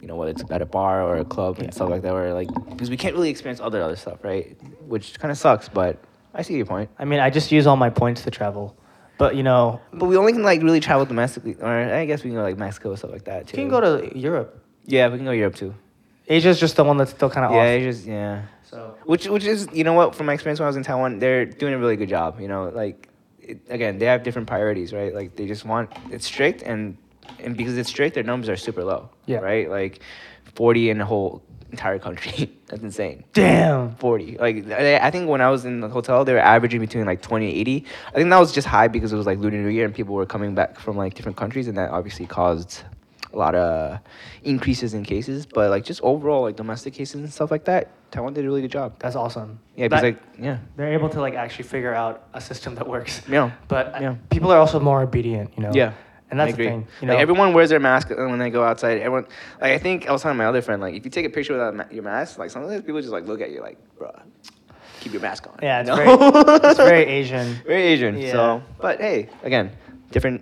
Speaker 1: you know, whether it's at a bar or a club
Speaker 2: Yeah.
Speaker 1: and stuff like that, or like because we can't really experience other other stuff, right? Which kind of sucks. But I see your point.
Speaker 2: I mean, I just use all my points to travel, but you know,
Speaker 1: But we only can like really travel domestically, or I guess we can go like Mexico and stuff like that too.
Speaker 2: you can go to Europe.
Speaker 1: yeah, we can go Europe too.
Speaker 2: Asia's just the one that's still kind of
Speaker 1: Yeah,
Speaker 2: off.
Speaker 1: it's just yeah.
Speaker 2: So
Speaker 1: Which which is you know what from my experience when I was in Taiwan, they're doing a really good job. You know, like it, again, they have different priorities, right? Like they just want it's strict and and because it's strict, their numbers are super low.
Speaker 2: Yeah.
Speaker 1: Right. Like forty in the whole entire country. That's insane.
Speaker 2: damn.
Speaker 1: 40 like I I think when I was in the hotel they were averaging between like 20 and 80 I think that was just high because it was like Lunar New Year and people were coming back from like different countries and that obviously caused a lot of increases in cases, but like just overall like domestic cases and stuff like that, Taiwan did a really good job.
Speaker 2: That's awesome.
Speaker 1: Yeah, because
Speaker 2: That-
Speaker 1: like yeah,
Speaker 2: they're able to like actually figure out a system that works.
Speaker 1: Yeah.
Speaker 2: But uh,
Speaker 1: Yeah.
Speaker 2: people are also more obedient, you know.
Speaker 1: Yeah.
Speaker 2: And that's
Speaker 1: I agree.
Speaker 2: the thing. You know,
Speaker 1: like everyone wears their mask when they go outside. Everyone, like I think I was telling my other friend, like if you take a picture without a ma- your mask, like sometimes people just like look at you like, bruh, keep your mask on.
Speaker 2: Yeah, it's,
Speaker 1: You know?
Speaker 2: very, it's very Asian.
Speaker 1: very Asian.
Speaker 2: Yeah.
Speaker 1: So, but hey, again, different.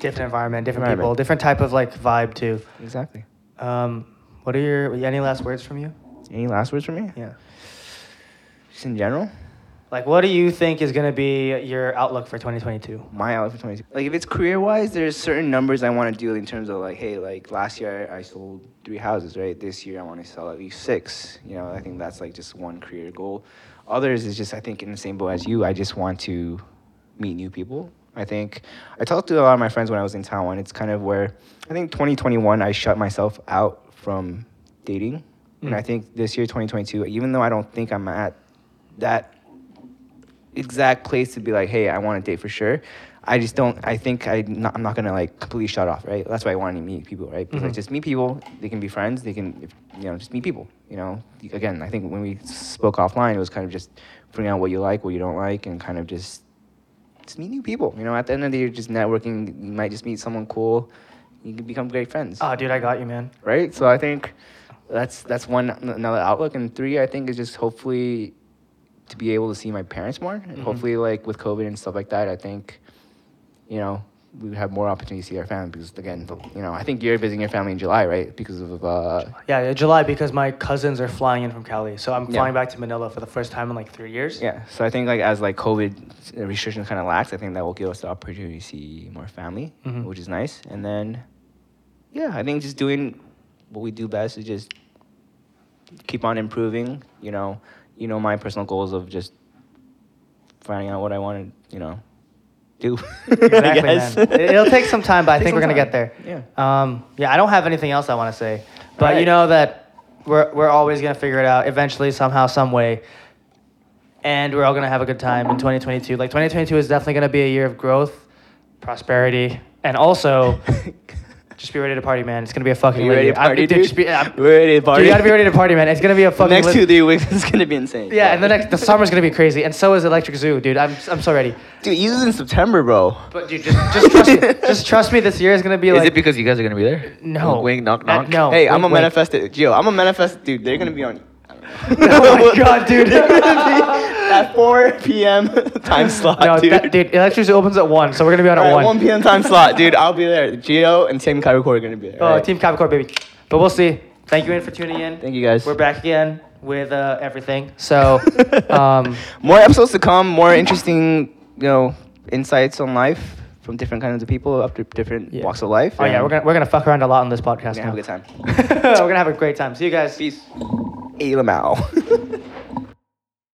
Speaker 2: Different environment, different
Speaker 1: Environment.
Speaker 2: people, different type of like vibe too.
Speaker 1: Exactly.
Speaker 2: Um, what are your any last words from you?
Speaker 1: Any last words for me?
Speaker 2: Yeah.
Speaker 1: Just in general,
Speaker 2: Like, what do you think is gonna be your outlook for 2022?
Speaker 1: my outlook for 20. Like if it's career wise, there's certain numbers I want to do in terms of like, hey, like last year I sold three houses, right? This year I want to sell at least six. You know, I think that's like just one career goal. Others is just I think in the same boat as you. I just want to meet new people. I think I talked to a lot of my friends when I was in Taiwan. It's kind of where I think 2021 I shut myself out from dating, and
Speaker 2: Mm.
Speaker 1: I think this year 2022, even though I don't think I'm at that exact place to be like, hey, I want to date for sure. I just don't. I think I not, I'm not gonna like completely shut off, right? That's why I want to meet people, right? Because like
Speaker 2: Mhm.
Speaker 1: just meet people, they can be friends, they can, if, you know, just meet people. You know, again, I think when we spoke offline, it was kind of just figuring out what you like, what you don't like, and kind of just just meet new people. You know, at the end of the day, you're just networking. You might just meet someone cool. You can become great friends
Speaker 2: Oh, dude, I got you, man.
Speaker 1: right? So I think that's that's one another outlook, and three I think is just hopefully to be able to see my parents more, and
Speaker 2: Mhm.
Speaker 1: hopefully like with COVID and stuff like that, I think you know we would have more opportunity to see our family because again, the- you know I think you're visiting your family in July, right? Because of uh,
Speaker 2: Yeah, yeah, July because my cousins are flying in from Cali, so I'm
Speaker 1: Yeah.
Speaker 2: flying back to Manila for the first time in like three years.
Speaker 1: yeah, so I think like as like COVID restrictions kind of lax, I think that will give us the opportunity to see more family,
Speaker 2: Mhm.
Speaker 1: which is nice, and then yeah, I think just doing what we do best is just keep on improving. You know, you know my personal goals of just finding out what I want to, you know, do. I
Speaker 2: Exactly,
Speaker 1: guess.
Speaker 2: man. It- It'll take some time, but I
Speaker 1: Take
Speaker 2: think we're
Speaker 1: some
Speaker 2: gonna get
Speaker 1: time.
Speaker 2: there. Um, yeah, I don't have anything else I want to say, but you
Speaker 1: Alright.
Speaker 2: know that we're we're always gonna figure it out eventually, somehow, some way, and we're all gonna have a good time in 2022. Like 2022 is definitely gonna be a year of growth, prosperity, and also
Speaker 1: Yeah.
Speaker 2: just be ready to party, man. It's gonna be a fucking.
Speaker 1: Are you
Speaker 2: lit
Speaker 1: ready to
Speaker 2: year. I'm-
Speaker 1: party,
Speaker 2: dude,
Speaker 1: dude?
Speaker 2: just be- I'm-
Speaker 1: We're ready to
Speaker 2: dude,
Speaker 1: party.
Speaker 2: you gotta be ready to party, man. It's gonna be a
Speaker 1: The
Speaker 2: fucking.
Speaker 1: next
Speaker 2: lit-
Speaker 1: two three weeks is gonna be insane.
Speaker 2: Yeah, and the next the summer's gonna be crazy, and so is Electric Zoo, dude. I'm I'm so ready.
Speaker 1: dude, you is in September, bro.
Speaker 2: But dude, just just trust me. Just trust me. This year is gonna be
Speaker 3: Is
Speaker 2: like.
Speaker 3: it because you guys are gonna be there?
Speaker 2: No.
Speaker 3: Wink, wink, knock,
Speaker 2: Uh,
Speaker 3: knock.
Speaker 2: no.
Speaker 1: hey, I'm a
Speaker 2: wink, wink.
Speaker 1: manifest it, Gio. I'm a manifest dude. They're gonna be on. I don't know.
Speaker 2: Oh my God, dude.
Speaker 1: They're gonna be at 4 p.m. time slot,
Speaker 2: no,
Speaker 1: dude.
Speaker 2: That, dude, Electric Zoo opens at one, so we're gonna be on
Speaker 1: All
Speaker 2: at
Speaker 1: right,
Speaker 2: one.
Speaker 1: 1 p.m. time slot, dude. I'll be there. Gio and Tim Kyricor are gonna be there.
Speaker 2: Oh,
Speaker 1: right?
Speaker 2: Team Capricorn, baby. But we'll see. Thank you, in for tuning in.
Speaker 1: Thank you guys.
Speaker 2: We're back again with uh, everything. So, um,
Speaker 1: more episodes to come. More interesting, you know, insights on life from different kinds of people, up to different
Speaker 2: Yeah.
Speaker 1: walks of life.
Speaker 2: oh yeah,
Speaker 1: and
Speaker 2: we're gonna we're gonna fuck around a lot on this podcast.
Speaker 1: gonna have a
Speaker 2: now.
Speaker 1: good time.
Speaker 2: we're gonna have a great time. See you guys.
Speaker 1: Peace. Elamau.